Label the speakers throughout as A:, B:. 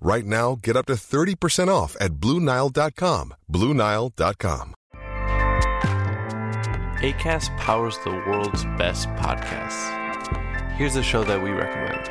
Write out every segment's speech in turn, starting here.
A: Right now, get up to 30% off at BlueNile.com. BlueNile.com.
B: ACAST powers the world's best podcasts. Here's a show that we recommend.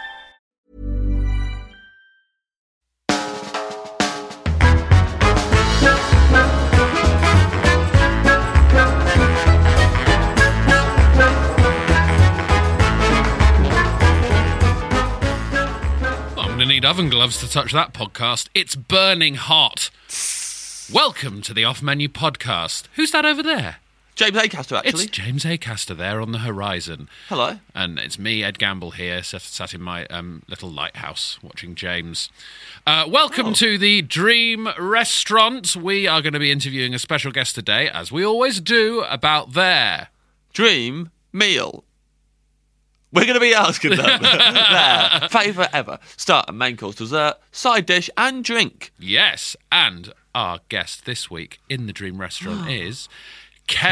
C: Well, I'm going to need oven gloves to touch that podcast. It's burning hot. Welcome to the Off Menu Podcast. Who's that over there?
D: James Acaster, actually.
C: It's James Acaster there on the horizon.
D: Hello.
C: And it's me, Ed Gamble, here, sat, sat in my um, little lighthouse watching James. Uh, welcome to the Dream Restaurant. We are going to be interviewing a special guest today, as we always do, about their
D: Dream meal. We're going to be asking them their favourite ever starter, main course, dessert, side dish, and drink.
C: Yes, and our guest this week in the Dream Restaurant is Keris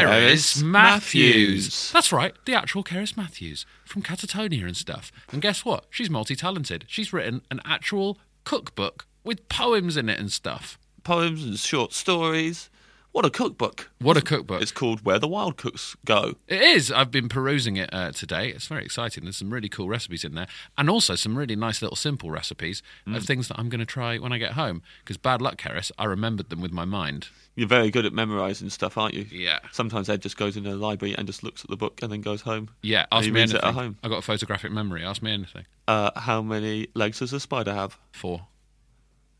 C: Matthews.
D: Keris Matthews.
C: That's right, the actual Keris Matthews from Catatonia and stuff. And guess what? She's multi talented. She's written an actual cookbook with poems in it and stuff.
D: Poems and short stories. What a cookbook.
C: What a cookbook.
D: It's called Where the Wild Cooks Go.
C: It is. I've been perusing it uh, today. It's very exciting. There's some really cool recipes in there, and also some really nice little simple recipes
D: Mm.
C: of things that I'm going to try when I get home. Because bad luck, Keris, I remembered them with my mind.
D: You're very good at memorising stuff, aren't you?
C: Yeah.
D: Sometimes Ed just goes into the library and just looks at the book and then goes home.
C: Yeah,
D: And
C: ask
D: he
C: me
D: reads Oh, it
C: anything.
D: at home.
C: I got a photographic memory. Ask me anything.
D: Uh, how many legs does a spider have?
C: Four.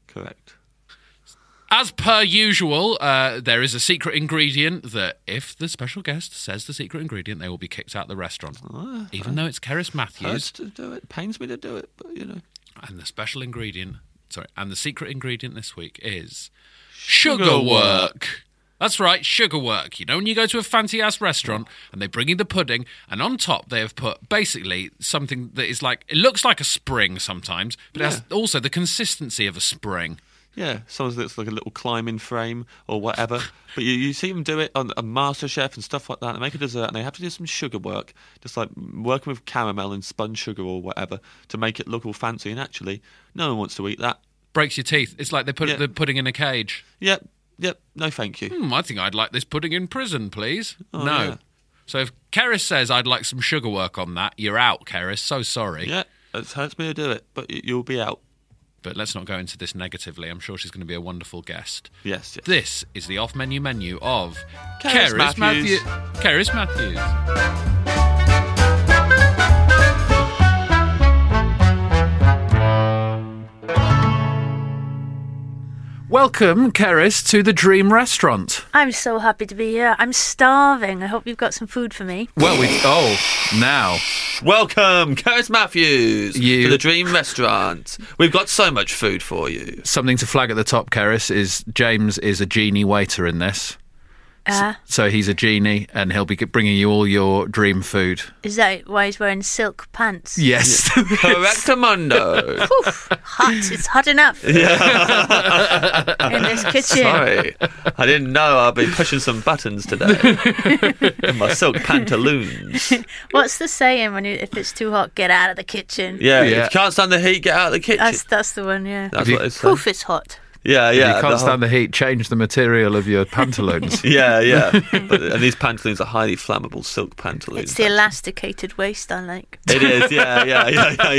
D: Correct.
C: As per usual, uh, there is a secret ingredient that, if the special guest says the secret ingredient, they will be kicked out of the restaurant.
D: Ah,
C: Even though it's Keris
D: Hurts
C: Matthews
D: to do it. Pains me to do it, but you know.
C: and the special ingredient, sorry, and the secret ingredient this week is sugar work. That's right, sugar work. You know when you go to a fancy ass restaurant and they bring you the pudding, and on top they have put basically something that is like it looks like a spring sometimes, but it has also the consistency of a spring.
D: Yeah, sometimes it's like a little climbing frame or whatever. but you, you see them do it on a master chef and stuff like that. They make a dessert and they have to do some sugar work, just like working with caramel and spun sugar or whatever to make it look all fancy. And actually, no one wants to eat that.
C: Breaks your teeth. It's like they put
D: Yeah.
C: the pudding in a cage.
D: Yep, yep, no thank you.
C: Hmm, I think I'd like this pudding in prison, please.
D: Oh,
C: no.
D: yeah.
C: So if Keris says I'd like some sugar work on that, you're out, Keris. So sorry.
D: Yeah, it hurts me to do it, but y- you'll be out.
C: But let's not go into this negatively. I'm sure she's going to be a wonderful guest.
D: Yes, yes.
C: This is the off menu menu of
D: Keris Matthews.
C: Matthew- Keris Matthews. Welcome, Keris, to the Dream Restaurant.
E: I'm so happy to be here. I'm starving. I hope you've got some food for me.
C: Well, we. Oh, now.
D: Welcome, Curtis Matthews,
C: You-
D: to the Dream Restaurant. We've got so much food for you.
C: something to flag at the top, Keris, is James is a genie waiter in this.
E: Uh,
F: So he's a genie, and he'll be g- bringing you all your dream food.
E: is that why he's wearing silk pants?
F: Yes.
B: Correctamundo.
E: Oof, hot. It's hot enough. In this kitchen.
D: Sorry, I didn't know I'd be pushing some buttons today in my silk pantaloons.
E: What's the saying when you, if it's too hot, get out of the kitchen?
D: Yeah, if
F: Yeah.
D: you can't stand the heat, get out of the kitchen.
E: That's that's the one. Yeah.
D: That's
F: you-
D: what they say.
E: Poof, it's hot.
D: Yeah, yeah.
F: If you can't
D: the whole-
F: stand the heat, change the material of your pantaloons.
D: Yeah, yeah. But, and these pantaloons are highly flammable silk pantaloons.
E: It's the elasticated waist I like.
D: It is, yeah, yeah, yeah, yeah,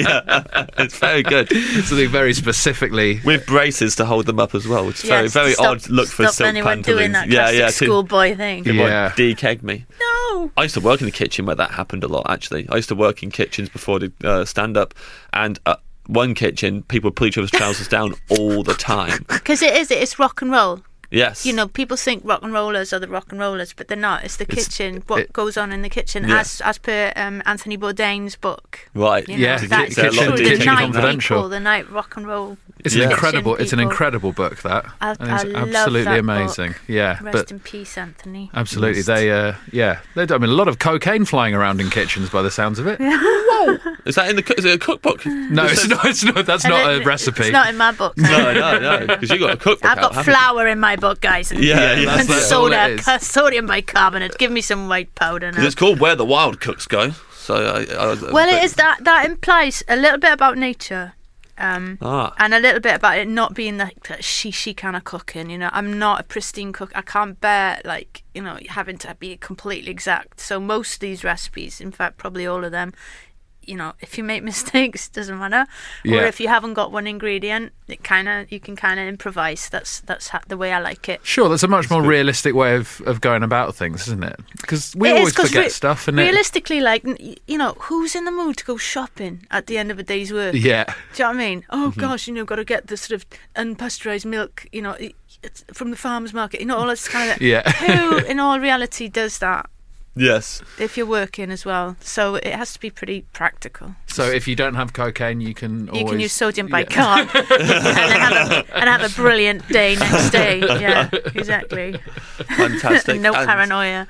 D: yeah. It's very good.
F: Something very specifically.
D: With braces to hold them up as well, which is
E: Yes,
D: very, very
E: stop-
D: odd look for
E: stop
D: silk
E: anyone
D: pantaloons.
E: doing that
D: yeah,
E: classic
D: yeah. to-
E: schoolboy thing.
D: It
F: Yeah.
D: might de-keg me.
E: No.
D: I used to work in the kitchen where that happened a lot. Actually, I used to work in kitchens before the uh, stand-up, and uh, one kitchen people pull each other's trousers down all the time.
E: Because it is, it's rock and roll.
D: Yes,
E: You know, people think rock and rollers are the rock and rollers, but they're not. It's the kitchen, what
F: it-
E: goes on in the kitchen,
D: Yeah.
E: as as per um, Anthony Bourdain's book.
D: right?
E: You
F: Yeah,
E: know,
F: the
E: that's
F: kitchen-
E: true.
F: kitchen
E: The night
F: confidential.
E: people, the night rock and roll.
F: It's
D: Yeah.
F: an incredible. It's an
E: People.
F: incredible book that.
E: I,
F: And
E: I
F: it's
E: love
F: absolutely
E: that
F: amazing.
E: book.
F: Yeah,
E: Rest
F: but
E: in peace, Anthony.
F: absolutely they. Uh, yeah, they. do- I mean, a lot of cocaine flying around in kitchens by the sounds of it.
D: Is that in the cook- is it a cookbook? no,
F: No, it's not. It's not. That's
E: And
F: not
E: it-
F: a recipe.
E: It's not in my book.
D: no, no, because you got a cookbook.
E: I've
D: out,
E: got
D: haven't you?
E: flour in my book, guys. And,
D: Yeah, yeah.
E: and
F: That's- that's all
E: soda,
F: it is.
E: ca- sodium bicarbonate. Give me some white powder
D: 'Cause
E: now.
D: It's called Where the Wild Cooks Go. So, I, I was a
E: Well,
D: bit-
E: it is that that implies a little bit about nature, um,
D: Ah.
E: and a little bit about it not being like that she kind of cooking. You know, I'm not a pristine cook. I can't bear like you know having to be completely exact. So most of these recipes, in fact, probably all of them. You know, if you make mistakes, doesn't matter. Or
F: Yeah.
E: if you haven't got one ingredient, it kind of you can kind of improvise. That's that's ha- the way I like it.
F: Sure, that's a much more realistic way of, of going about things, isn't it? Because we
E: It is,
F: always
E: 'cause
F: forget
E: re-
F: stuff, and it,
E: realistically, like n- y- you know, who's in the mood to go shopping at the end of a day's work?
F: yeah,
E: Do you know what I mean? Oh
F: Mm-hmm.
E: gosh, you know, got to get the sort of unpasteurized milk, you know, i- it's from the farmers market. You know, all this kind of.
F: Yeah.
E: Who, in all reality, does that
D: yes.
E: if you're working as well? So it has to be pretty practical.
F: So if you don't have cocaine, you can
E: You can
F: always-
E: use sodium
F: yeah.
E: bicarb and, then have a, and have a brilliant day next day. Yeah, exactly.
D: Fantastic.
E: no
D: And-
E: paranoia.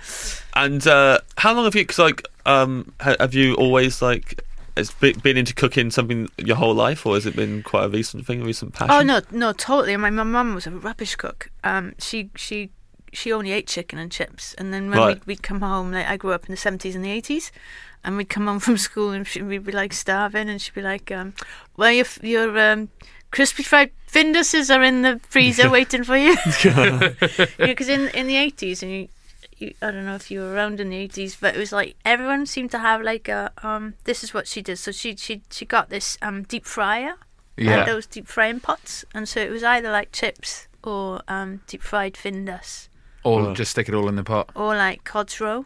D: And uh, how long have you? Because like, um, ha- have you always like, has be- been into cooking something your whole life, or has it been quite a recent thing, a recent passion?
E: Oh no, no, totally. My my mum was a rubbish cook. Um, she she she only ate chicken and chips. And then when
D: Right.
E: we'd, we'd come home, like I grew up in the seventies and the eighties, and we'd come home from school and she, we'd be like starving, and she'd be like, um, "Well, your your um, crispy fried finduses are in the freezer waiting for you." Because in in the eighties, and you, you, I don't know if you were around in the eighties, but it was like everyone seemed to have like a um. This is what she did. So she she she got this um deep fryer
F: Yeah.
E: like those deep frying pots, and so it was either like chips or um, deep fried findus
F: or just stick it all in the pot.
E: or like cod's roe.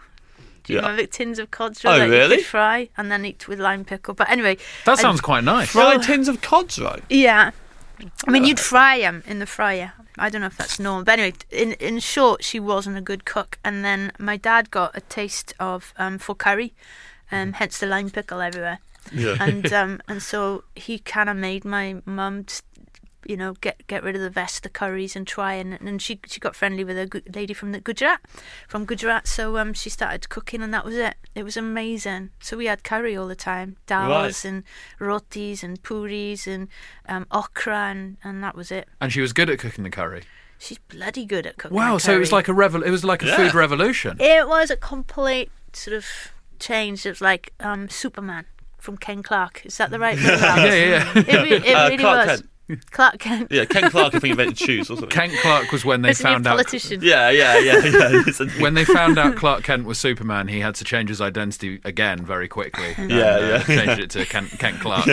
E: Do you
D: Yeah.
E: remember tins of cod's roe
D: Oh,
E: that you
D: really?
E: could fry and then eat with lime pickle? But anyway,
F: That
E: I-
F: sounds quite nice. Uh,
D: Fried tins of cods, right?
E: yeah. I mean, you'd fry them in the fryer. I don't know if that's normal, but anyway, in in short, she wasn't a good cook. And then my dad got a taste of um, for curry, um, hence the lime pickle everywhere.
D: Yeah.
E: and um, and so he kind of made my mum, t- you know, get get rid of the vest, the curries, and try and and she she got friendly with a gu- lady from the Gujarat, from Gujarat. So um, she started cooking, and that was it. It was amazing. So we had curry all the time, dals
D: Right.
E: and rotis and puris and um, okra, and, and that was it.
F: And she was good at cooking the curry.
E: She's bloody good at cooking.
F: Wow,
E: the
F: so it was
E: curry.
F: like a revol- it was like a
D: Yeah.
F: food revolution.
E: It was a complete sort of change. It was like um, Superman from Ken Clark. Is that the right word?
F: yeah, yeah. yeah.
E: It, re- it
D: Uh,
E: really
D: Clark
E: was. Clark Kent.
D: Yeah, Ken Clark, I think invented shoes or something.
F: Kent Clark was when they
E: Isn't he a
F: found out
E: politician?
D: Yeah, yeah, yeah, yeah. It's a-
F: when they found out Clark Kent was Superman, he had to change his identity again very quickly. and,
D: Yeah,
F: uh,
D: yeah.
F: changed it to Kent, Kent Clark.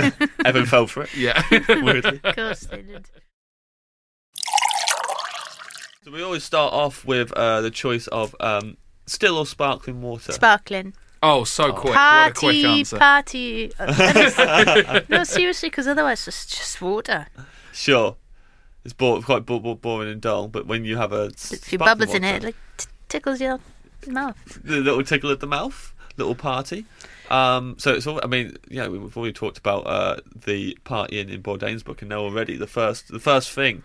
D: Evan fell for it.
F: yeah.
D: Weirdly.
E: Of course they did.
D: So we always start off with uh, the choice of um, still or sparkling water.
E: Sparkling.
F: Oh, so quick. What a quick
E: Party,
F: answer.
E: party. Uh, no, seriously, because otherwise it's just water.
D: sure. It's bo- quite bo- bo- boring and dull, but when you have a
E: A
D: sparkling
E: few bubbles in
D: water-
E: it, like t- tickles your mouth.
D: the little tickle at the mouth, little party. Um, so it's all. I mean, yeah, we- we've already talked about uh, the partying in Bourdain's book, and now already the first, the first thing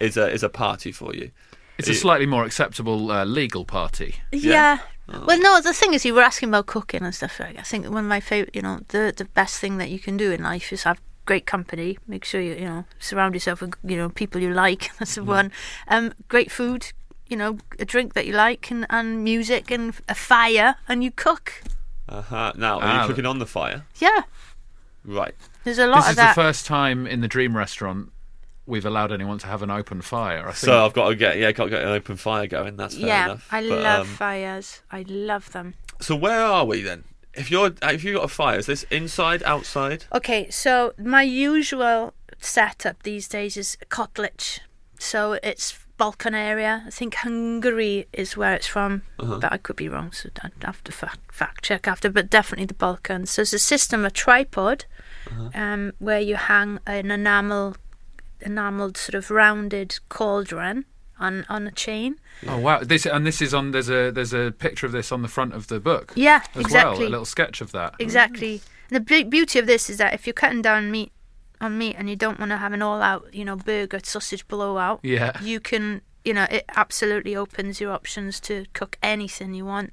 D: is a is a party for you.
C: It's a slightly more acceptable uh, legal party.
E: Yeah. Well, no, the thing is, you were asking about cooking and stuff. Like, I think one of my favorite, you know, the the best thing that you can do in life is have great company. Make sure you, you know, surround yourself with, you know, people you like. That's the one. Um, great food, you know, a drink that you like, and, and music and a fire, and you cook.
D: Uh-huh. Now, are
C: Ah.
D: you cooking on the fire?
E: Yeah.
D: Right.
E: There's a lot
C: This
E: of
C: is
E: that.
C: the first time in the Dream Restaurant we've allowed anyone to have an open fire. I think
D: So I've got to get yeah, got to get an open fire going. That's fair
E: yeah,
D: enough.
E: I
D: But,
E: love
D: um,
E: fires. I love them.
D: so where are we then? If you're if you got a fire, is this inside, outside?
E: Okay, so my usual setup these days is Kotlich. So it's Balkan area. I think Hungary is where it's from, but I could be wrong, so I'd have to fact, fact check after, but definitely the Balkans. So it's a system, a tripod, um, where you hang an enamel, enameled sort of rounded cauldron on, on a chain.
C: Oh wow! This and this is on. There's a there's a picture of this on the front of the book.
E: Yeah,
C: as
E: exactly.
C: well. A little sketch of that.
E: Exactly. And the big beauty of this is that if you're cutting down meat on meat and you don't want to have an all-out, you know, burger sausage blowout,
C: Yeah.
E: you can, you know, it absolutely opens your options to cook anything you want.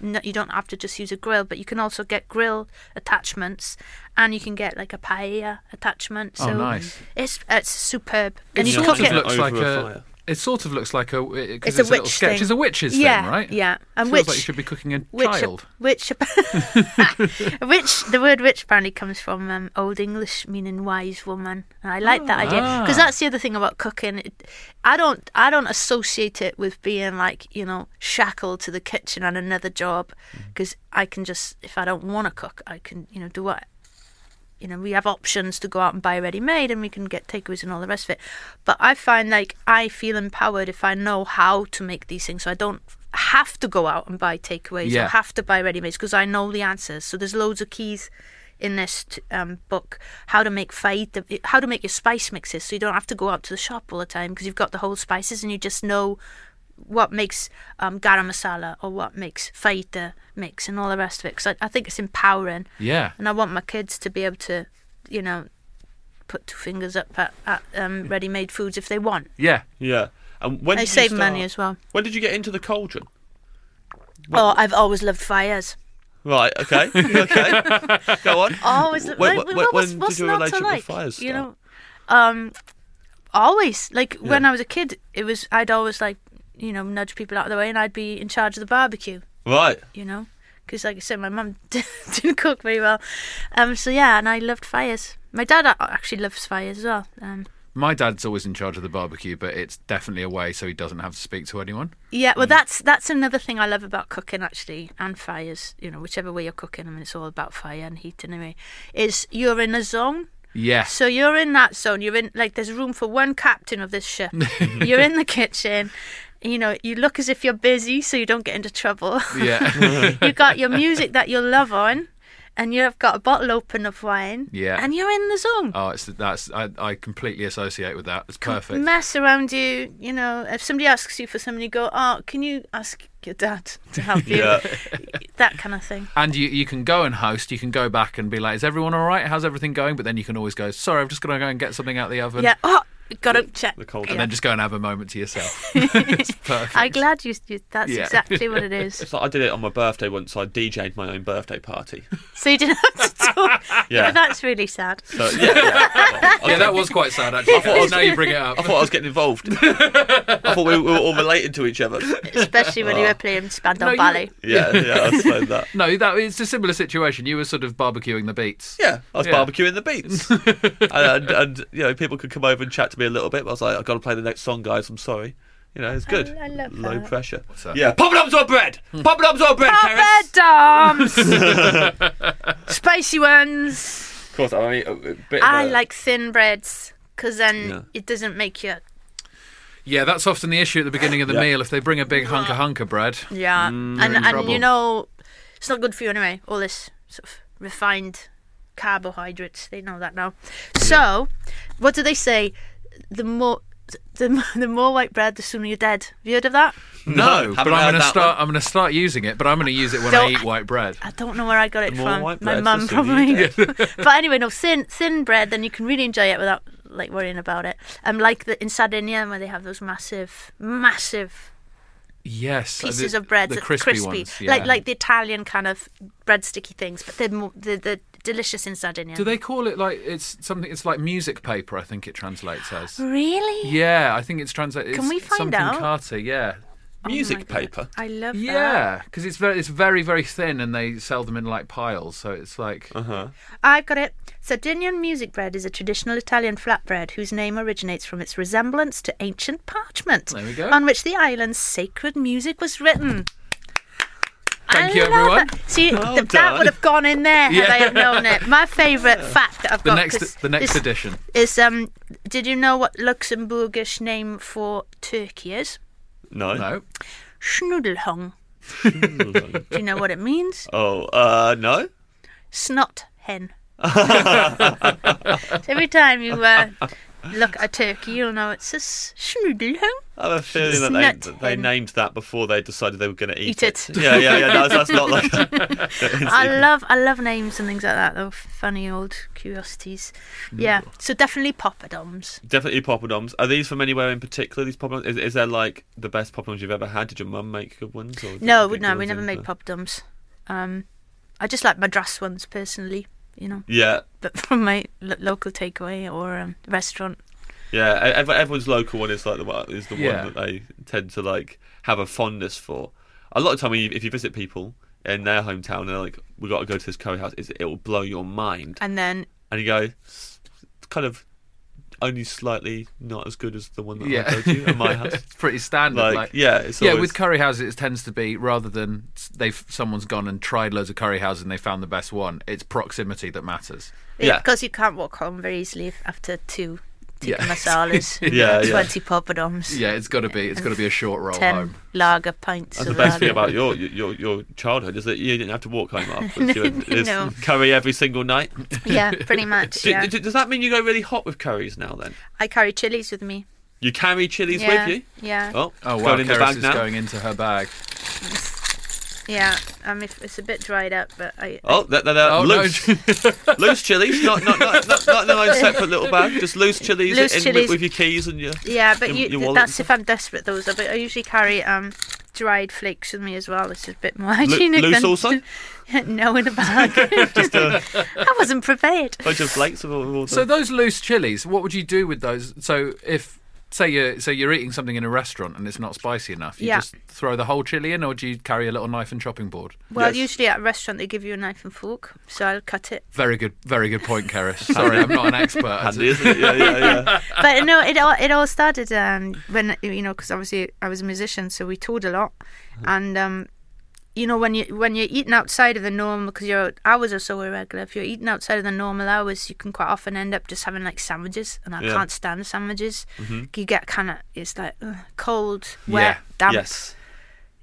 E: No, you don't have to just use a grill, but you can also get grill attachments, and you can get like a paella attachment.
C: Oh,
E: So
C: nice.
E: It's it's superb,
C: It
E: and you
D: sort
E: cook
C: sort
D: cook
C: of
D: it
C: looks
D: over
C: like
D: a
C: a.
D: fire.
C: It sort of looks like a. Because it's,
E: It's
C: a,
E: a
C: little
E: witch
C: sketch.
E: thing.
C: It's a witch's
E: Yeah,
C: thing, right?
E: yeah. And
C: Feels
E: witch-
C: like you should be cooking a
E: Which,
C: child.
E: which, which, the word "which" apparently comes from um, Old English meaning wise woman, and I like that idea because that's the other thing about cooking. It, I don't, I don't associate it with being like you know shackled to the kitchen and another job, because I can just if I don't want to cook, I can you know do what. You know, we have options to go out and buy ready made and we can get takeaways and all the rest of it. But I find like I feel empowered if I know how to make these things. So I don't have to go out and buy takeaways or
C: Yeah.
E: have have to buy ready mades because I know the answers. So there's loads of keys in this t- um, book how to make faita, how to make your spice mixes, so you don't have to go out to the shop all the time because you've got the whole spices and you just know what makes um, garam masala or what makes faita mix and all the rest of it. Because I, I think it's empowering,
C: Yeah.
E: and I want my kids to be able to, you know, put two fingers up at, at um, ready-made foods if they want.
C: Yeah.
D: Yeah. And when
E: They
D: did Mm. you
E: save money
D: start-
E: as well.
D: When did you get into the cauldron?
E: Oh, I've always loved fires.
D: Mm. Right. Okay. okay. Go on.
E: always
D: When-
E: like,
D: when-
E: well,
D: when
E: what's,
D: did
E: what's
D: your
E: not to
D: relationship with
E: like
D: fires
E: you know
D: start?
E: um always like when i was a kid it was i'd always like you know nudge people out of the way and i'd be in charge of the barbecue
D: Right.
E: you know because like i said my mum didn't cook very well um so yeah and i loved fires my dad a- actually loves fires as well um
C: My dad's always in charge of the barbecue, but it's definitely away, so he doesn't have to speak to anyone.
E: yeah,
C: Hmm.
E: well, that's that's another thing I love about cooking, actually, and fires. You know, whichever way you're cooking, I mean, it's all about fire and heat anyway. Is you're in a zone,
C: Yeah.
E: So you're in that zone. You're in like there's room for one captain of this ship. you're in the kitchen. You know, you look as if you're busy, so you don't get into trouble.
C: yeah.
E: you got your music that you love on, and you've got a bottle open of wine.
C: Yeah.
E: And you're in the zone.
C: oh, it's that's I, I completely associate with that. It's perfect.
E: Mess around you, you know. If somebody asks you for something, you go, "Oh, can you ask your dad to help you?"
D: Yeah.
E: That kind of thing.
C: And you, you can go and host. You can go back and be like, "Is everyone all right? How's everything going?" But then you can always go, "Sorry, I'm just going to go and get something out of the oven."
E: yeah. Oh, gotta check.
D: the cold-
C: And
E: Yeah.
C: then just go and have a moment to yourself.
E: I'm glad you. you that's
C: Yeah.
E: exactly what it is.
D: It's like I did it on my birthday once. I DJ'd my own birthday party.
E: So you didn't have to talk.
D: Yeah.
E: But that's really sad.
D: So yeah. yeah.
C: yeah, that was quite sad actually. "Oh,
D: thought-
C: now you bring it up.
D: I thought I was getting involved. I thought we, we were all related to each other.
E: especially when you were
D: Oh.
E: playing Spandau
C: No, you-
E: Ballet.
D: Yeah, yeah, I suppose that.
C: No, that it's a similar situation. You were sort of barbecuing the beats.
D: Yeah, I was
C: Yeah.
D: barbecuing the beats, and, and, and you know people could come over and chat to me a little bit. But I was like, I've got to play the next song, guys. I'm sorry. You know, it's good.
E: I love
D: Low
E: that.
D: pressure.
C: that?
D: Yeah, poppadoms or bread.
C: Hmm.
D: Poppadoms or bread,
E: Pop
D: Karis.
E: Spicy ones.
D: Of course, I mean a bit. Of
E: I
D: a-
E: like thin breads because then
D: Yeah.
E: it doesn't make you.
C: Yeah, that's often the issue at the beginning of the
D: Yeah.
C: meal. If they bring a big
E: Ah.
C: hunk of hunk of bread,
E: Yeah.
D: Mm,
E: and and
C: trouble.
E: you know, it's not good for you anyway, all this sort of refined carbohydrates. They know that now. So, what do they say? The more. The, mo- the more white bread, the sooner you're dead. Have you heard of that?
D: no,
C: but I'm
D: haven't heard
C: going to
D: that
C: start.
D: one.
C: I'm going to start using it, but I'm going to use it when I
E: Don't-
C: eat white bread.
E: I don't know where I got it
D: more
E: from.
D: white
E: My
D: bread, the
E: mum
D: sooner you're
E: probably. but anyway, no thin thin bread. Then you can really enjoy it without like worrying about it. Um, like the, in Sardinia where they have those massive, massive
C: Yes, uh,
E: pieces
C: the-
E: of bread,
C: the
E: that-
C: crispy, ones, yeah.
E: like like the Italian kind of bread sticky things, but they're more they're, they're delicious in Sardinia.
C: Do they call it like it's something? It's like music paper. I think it translates as.
E: really?
C: Yeah, I think it's translated.
E: Can
C: it's
E: we find
C: something
E: out?
C: Carter, yeah.
D: Music
E: Oh my God.
D: paper.
E: I love that.
C: Yeah, because it's very, it's very, very thin, and they sell them in like piles. So it's like,
D: Uh-huh.
E: I've got it. Sardinian music bread is a traditional Italian flatbread whose name originates from its resemblance to ancient parchment
C: There we go.
E: on which the island's sacred music was written.
C: Thank
E: I
C: you,
E: love
C: everyone.
E: it. See, th- that
D: done.
E: would have gone in there had I
C: Yeah.
E: have known it. My favourite fact that I've
C: the
E: got
C: next,
E: 'cause
C: the next
E: this
C: edition.
E: is um. Did you know what Luxembourgish name for Turkey is?
D: No.
C: No,
E: Schnudelhung. Do you know what it means?
D: Oh, uh, no.
E: snot hen. so every time you uh, look at turkey, you'll know it's a s- schnoodle hen.
D: I have a feeling that
E: Snut
D: they, they
E: hen.
D: named that before they decided they were going to eat,
E: Eat it.
D: Yeah, yeah, yeah. That's, that's not like.
E: I love I love names and things like that though. Funny old curiosities. Yeah. So definitely poppadoms.
D: Definitely poppadoms. Are these from anywhere in particular? These poppadoms? Is, is there like the best poppadoms you've ever had? Did your mum make good ones? Or did
E: No,
D: you
E: we
D: get
E: no,
D: good
E: we
D: ones
E: never
D: in?
E: make poppadoms. Um, I just like madras ones personally, you know,
D: Yeah,
E: but from my lo- local takeaway or um, restaurant.
D: yeah. e- ev- Everyone's local one is like the one is the
C: Yeah.
D: one that they tend to like have a fondness for. A lot of time, when you, if you visit people in their hometown, and they're like, "We got to go to this curry house," it's, it will blow your mind,
E: And then
D: and you go, "It's kind of only slightly not as good as the one that
C: Yeah.
D: I go to at my house."
C: it's pretty standard.
D: Like,
C: Like,
D: yeah, it's
C: yeah.
D: always-
C: With curry houses, it tends to be rather than s- they've someone's gone and tried loads of curry houses and they found the best one. It's proximity that matters.
D: Yeah.
E: because you can't walk home very easily if- after two tikka
C: Yeah.
E: masalas,
D: Yeah, yeah.
E: twenty poppadoms,
C: Yeah, it's got to be. It's got to be a short roll
E: ten
C: home.
E: lager pints.
D: That's the
E: of
D: best thing
E: lager.
D: about your your your childhood is that you didn't have to walk home afterwards. You had this
E: No.
D: curry every single night.
E: yeah, pretty much.
D: Do-
E: Yeah,
D: do- does that mean you go really hot with curries now? Then
E: I carry chilies with me.
D: you carry chilies
E: Yeah,
D: with you.
E: yeah,
D: Oh,
C: Oh
D: it's
C: wow,
D: going in the
C: Keris
D: bag
C: is
D: now.
C: going into her bag.
E: yeah. Um, if, it's a bit dried up, but I.
D: Oh, they're, they're, they're
C: Oh, no.
D: loose, loose chilies, not not not not, not in their own separate little bag. Just loose chilies,
E: Loose
D: in with-
E: chilies.
D: With, your keys and your.
E: yeah, but
D: your-
E: you,
D: your wallet
E: that's
D: and
E: if I'm desperate, though. But I usually carry um dried flakes with me as well. It's a bit more
D: Lo-
E: hygienic.
D: loose
E: than-
D: also,
E: no, in a bag.
D: just uh, a
E: I wasn't prepared.
D: bunch of flakes of all, all the.
C: So those loose chilies, what would you do with those? So if say you so you're eating something in a restaurant and it's not spicy enough, you
E: Yeah.
C: just throw the whole chili in, or do you carry a little knife and chopping board?
E: Well,
D: Yes.
E: usually at a restaurant they give you a knife and fork, so I'll cut it.
C: Very good, very good point, Keris. Sorry, I'm not an expert. at
D: Handy, isn't it? Yeah, yeah, yeah.
E: but no, it all it all started um, when you know because obviously I was a musician, so we toured a lot,
D: Uh-huh.
E: and um, you know when you when you're eating outside of the normal because your hours are so irregular. If you're eating outside of the normal hours, you can quite often end up just having like sandwiches, and I
D: Yeah. Mm-hmm.
E: can't stand sandwiches. You get kind of it's like ugh, cold,
C: Yeah.
E: wet, damp.
D: Yes,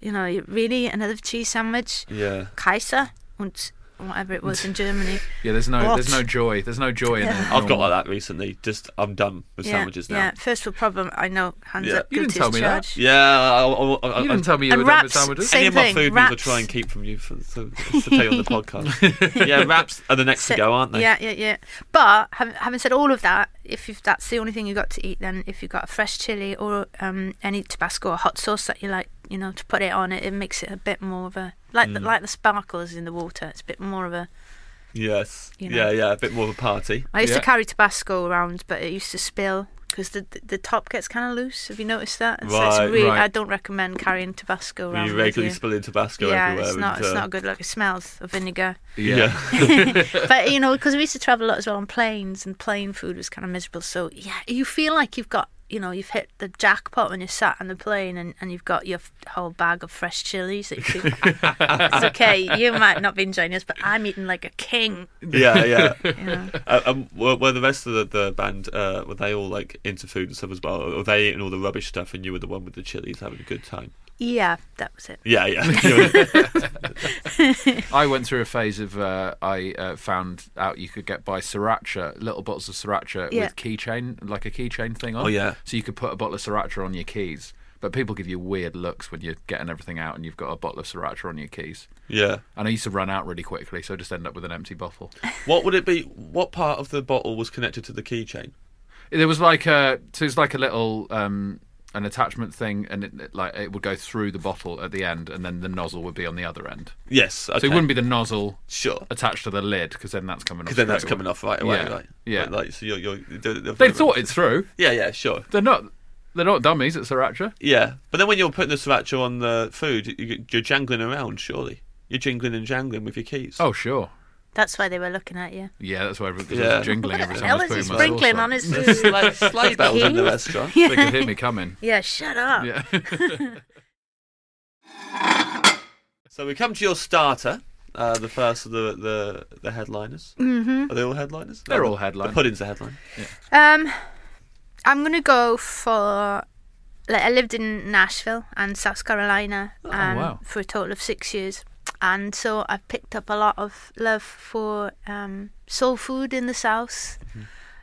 E: You know, you- really another cheese sandwich,
D: yeah.
E: Kaiser und whatever it was in Germany.
C: Yeah, there's no
E: What?
C: there's no joy. There's no joy in it.
D: I've got like that recently. Just I'm done with
E: yeah,
D: sandwiches now.
E: yeah. First world problem. I know. Hands
D: Yeah.
E: up.
C: You didn't
E: guilty
C: tell
E: as
C: me that.
E: charged.
D: Yeah, I, I, I,
C: You
D: I,
C: didn't tell me you
E: And
C: were done with
E: wraps,
C: sandwiches.
E: same
D: any of my
E: thing,
D: food news I
E: wraps.
D: try and keep from you for, so, to tell you on the podcast. yeah, wraps are the next
E: So-
D: to go, aren't they?
E: Yeah, yeah, yeah. But having, having said all of that, if you've, that's the only thing you got to eat, then if you've got a fresh chili or um, any Tabasco or hot sauce that you like, you know, to put it on it, it makes it a bit more of a like
D: Mm.
E: the, like the sparkles in the water. It's a bit more of a.
D: Yes.
E: You know.
D: Yeah, yeah, a bit more of a party.
E: I used
C: Yeah.
E: to carry Tabasco around, but it used to spill. Because the, the the top gets kind of loose. Have you noticed that? So it's
D: Right,
E: really,
C: right.
E: I don't recommend carrying Tabasco around.
D: you
E: with
D: regularly
E: you.
D: spilling Tabasco
E: Yeah,
D: everywhere.
E: it's not
D: and,
E: it's
D: uh,
E: not good. Like it smells of vinegar.
D: Yeah.
E: but you know, because we used to travel a lot as well on planes, and plane food was kind of miserable. So yeah, you feel like you've got, you know, you've hit the jackpot when you're sat on the plane, and, and you've got your f- whole bag of fresh chilies. That you think, it's okay, you might not be enjoying this, but I'm eating like a king.
D: yeah, yeah. Uh, um, were, were the rest of the, the band, uh, were they all like into food and stuff as well? Or were they eating all the rubbish stuff and you were the one with the chilies having a good time?
E: Yeah, that was it.
D: Yeah, yeah.
C: I went through a phase of uh, I uh, found out you could get by sriracha, little bottles of sriracha
E: Yeah.
C: with keychain, like a keychain thing on.
D: Oh, yeah.
C: So you could put a bottle of sriracha on your keys, but people give you weird looks when you're getting everything out and you've got a bottle of sriracha on your keys.
D: yeah.
C: And I used to run out really quickly, so I just end up with an empty bottle.
D: What would it be? What part of the bottle was connected to the keychain?
C: There was like a so it's like a little um, an attachment thing, and it, it, like it would go through the bottle at the end, and then the nozzle would be on the other end.
D: Yes. Okay.
C: So it wouldn't be the nozzle
D: Sure.
C: attached to the lid because then that's coming off.
D: Because then that's
C: straight away.
D: coming off right away,
C: Yeah,
D: right?
C: yeah.
D: Like, like, so you're, you're, they're- they're-
C: They thought it through.
D: Yeah, yeah, sure.
C: They're not. They're not dummies at Sriracha.
D: Yeah, but then when you're putting the sriracha on the food, you, you're jangling around. Surely, you're jingling and jangling with your keys.
C: Oh sure. That's
E: why they were looking at you.
C: Yeah, that's why everything
D: Yeah.
C: was jingling every time I was
E: Ellis
C: putting
E: is
C: my
E: sprinkling
C: sauce
E: on his
D: There's
E: food.
D: slide, slide bells in the
E: Keys?
D: restaurant.
C: They could hear me coming.
E: Yeah, shut up.
C: Yeah.
D: So we come to your starter, uh, the first of the the, the headliners.
E: hmm
D: Are they all headliners?
C: They're
D: No,
C: all
D: the-
C: headliners.
D: The pudding's a headline.
E: Um, I'm gonna go for. Like I lived in Nashville and South Carolina
D: Oh,
E: um,
C: wow.
E: for a total of six years, and so I've picked up a lot of love for um, soul food in the South,
D: Mm-hmm.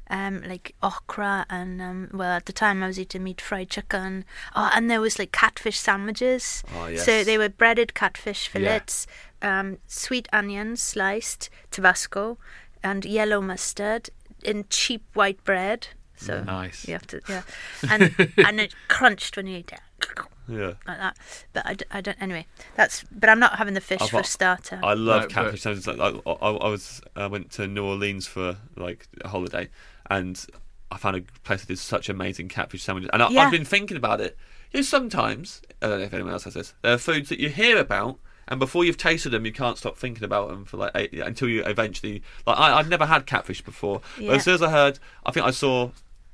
E: um, like okra and um, well, at the time I was eating meat fried chicken. Oh, and there was like catfish sandwiches.
D: Oh,
E: So
D: yes.
E: they were breaded catfish fillets, um, sweet onions sliced, Tabasco, and yellow mustard in cheap white bread. So
C: Nice.
E: You have to, yeah, and and it crunched when you ate it
D: Yeah.
E: like that. But I, d- I don't. Anyway, that's. But I'm not having the fish
D: I've
E: for a
D: got-
E: starter.
D: I love
C: No,
D: catfish sandwiches. Like, like, I, I I was I went to New Orleans for like a holiday, and I found a place that did such amazing catfish sandwiches. And I,
E: Yeah.
D: I've been thinking about it. You know, sometimes I don't know if anyone else has this. There are foods that you hear about. And before you've tasted them, you can't stop thinking about them for like eight, until you eventually like I, I've never had catfish before, but
E: Yeah.
D: as soon as I heard, I think I saw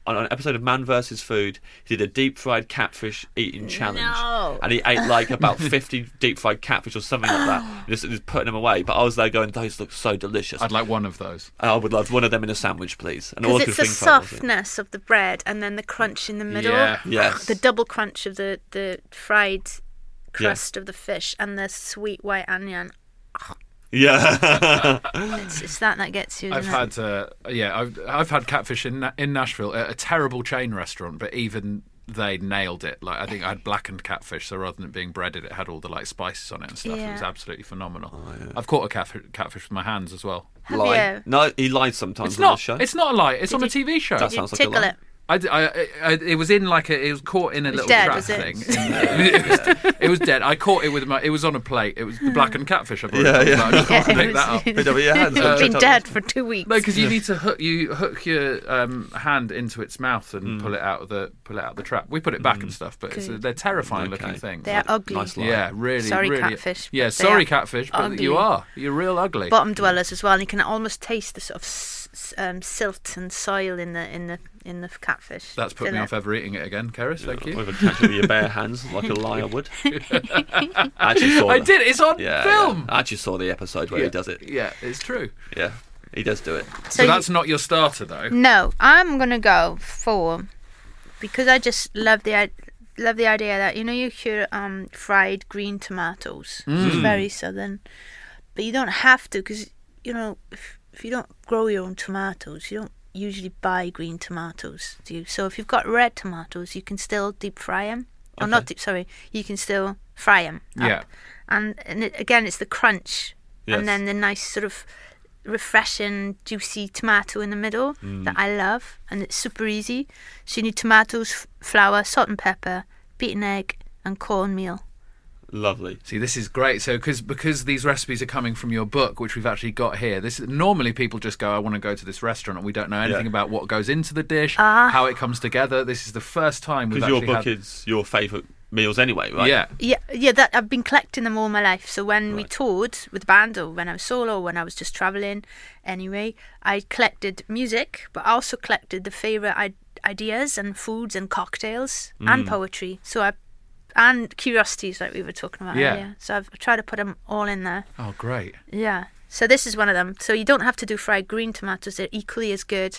D: on an episode of Man vs Food, he did a deep fried catfish eating challenge,
E: No.
D: and he ate like about 50 deep fried catfish or something like that, just, just putting them away. But I was there going, those look so delicious.
C: I'd like one of those.
D: I would love one of them in a sandwich, please. And all
E: because
D: I could
E: it's the
D: think about was it.
E: softness of the bread and then the crunch in the middle.
C: Yeah.
D: Yes.
E: The double crunch of the the fried crust of the fish and the sweet white onion.
D: Yeah.
E: It's, it's that that gets you.
C: I've
E: isn't it?
C: had uh, yeah, I've I've had catfish in Na- in Nashville at a terrible chain restaurant, but even they nailed it. Like I think I had blackened catfish, so rather than it being breaded, it had all the like spices on it and stuff. It was
E: Yeah.
C: absolutely phenomenal. I've caught a catfish, catfish with my hands as well.
E: Have
D: Lie.
E: you?
D: No, he lied sometimes
C: It's
D: on the
C: not.
D: show.
C: It's not a lie. It's on a TV show.
D: That's-
E: You
D: sounds like a
E: tickle
D: lie.
E: it.
C: I, d- I- I- I- it was in like a. It was caught in a little
E: dead,
C: trap
E: was it?
C: thing. it, was, it was dead. I caught it with my. It was on a plate. It was the blackened catfish. I brought
D: Yeah,
C: it.
D: yeah.
C: I just
E: Yeah,
C: can't
E: it
C: make
E: was-
C: that up.
D: Put it over your hands,
E: It's
D: I'll
E: been
D: tell you.
E: dead for two weeks.
C: No, because you need to hook you hook your um, hand into its mouth
D: Mm.
C: and pull it out of the pull it out of the trap. We put it back and stuff, but it's,
E: Good.
C: they're terrifying looking
D: Okay.
C: things.
E: They are ugly.
D: Nice lie.
C: yeah, really,
E: Sorry,
C: really.
E: catfish,
C: Yeah,
E: but they
C: sorry,
E: are
C: catfish, but
E: ugly.
C: you are you're real ugly.
E: Bottom dwellers as well, and you can almost taste the sort of s- s- um, silt and soil in the in the in the catfish.
C: That's put me off ever eating it again, Keris. Thank you.
D: With a catch with your bare hands, like a liar would. I actually saw
C: I
D: that.
C: did. It's on
D: Yeah,
C: film.
D: yeah. I actually saw the episode where he does it.
C: Yeah, it's true.
D: Yeah, he does do it.
C: So, that's not your starter though.
E: No, I'm gonna go for because I just love the i- love the idea that you know you hear um fried green tomatoes,
C: Mm.
E: It's very southern, but you don't have to because you know if, if you don't grow your own tomatoes, you don't usually buy green tomatoes, do you? So if you've got red tomatoes, you can still deep fry them, or not deep. Sorry, you can still fry them.
C: Yeah.
E: and and it, again, it's the crunch,
D: Yes.
E: and then the nice sort of refreshing, juicy tomato in the middle that I love, and it's super easy. So you need tomatoes, f- flour, salt and pepper, beaten egg, and cornmeal.
D: Lovely.
C: See, this is great. So, because because these recipes are coming from your book, which we've actually got here. This normally people just go, "I want to go to this restaurant," and we don't know anything
D: Yeah.
C: about what goes into the dish,
E: Ah.
C: how it comes together. This is the first time we've
D: Because your
C: actually
D: book
C: had.
D: is your favourite meals anyway, right?
C: Yeah,
E: Yeah, yeah, that I've been collecting them all my life. So when we toured with the band, or when I was solo, or when I was just traveling, anyway, I collected music, but I also collected the favorite I- ideas and foods and cocktails and poetry. So I and curiosities like we were talking about
C: Yeah.
E: earlier. So I've tried to put them all in there.
C: oh great!
E: Yeah. So this is one of them. So you don't have to do fried green tomatoes. They're equally as good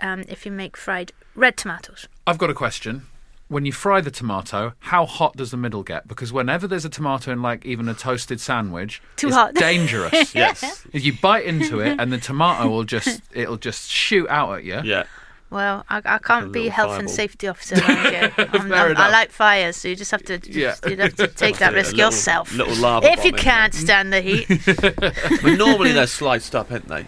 E: um, if you make fried red tomatoes.
C: I've got a question. When you fry the tomato, how hot does the middle get? Because whenever there's a tomato in, like even a toasted sandwich,
E: Too
C: it's
E: hot.
C: dangerous.
D: Yes.
C: If you bite into it, and the tomato will just it'll just shoot out at you.
D: Yeah.
E: Well, I, I can't be
D: little
E: health and
D: fireball.
E: safety officer. aren't you? I'm, I'm, I
C: enough.
E: like fires, so you just have to,
C: Yeah.
E: you have to take that
D: A
E: risk
D: little-
E: yourself.
D: little lava
E: if you
D: bomb in
E: can't stand the heat,
D: But normally they're sliced up, aren't they?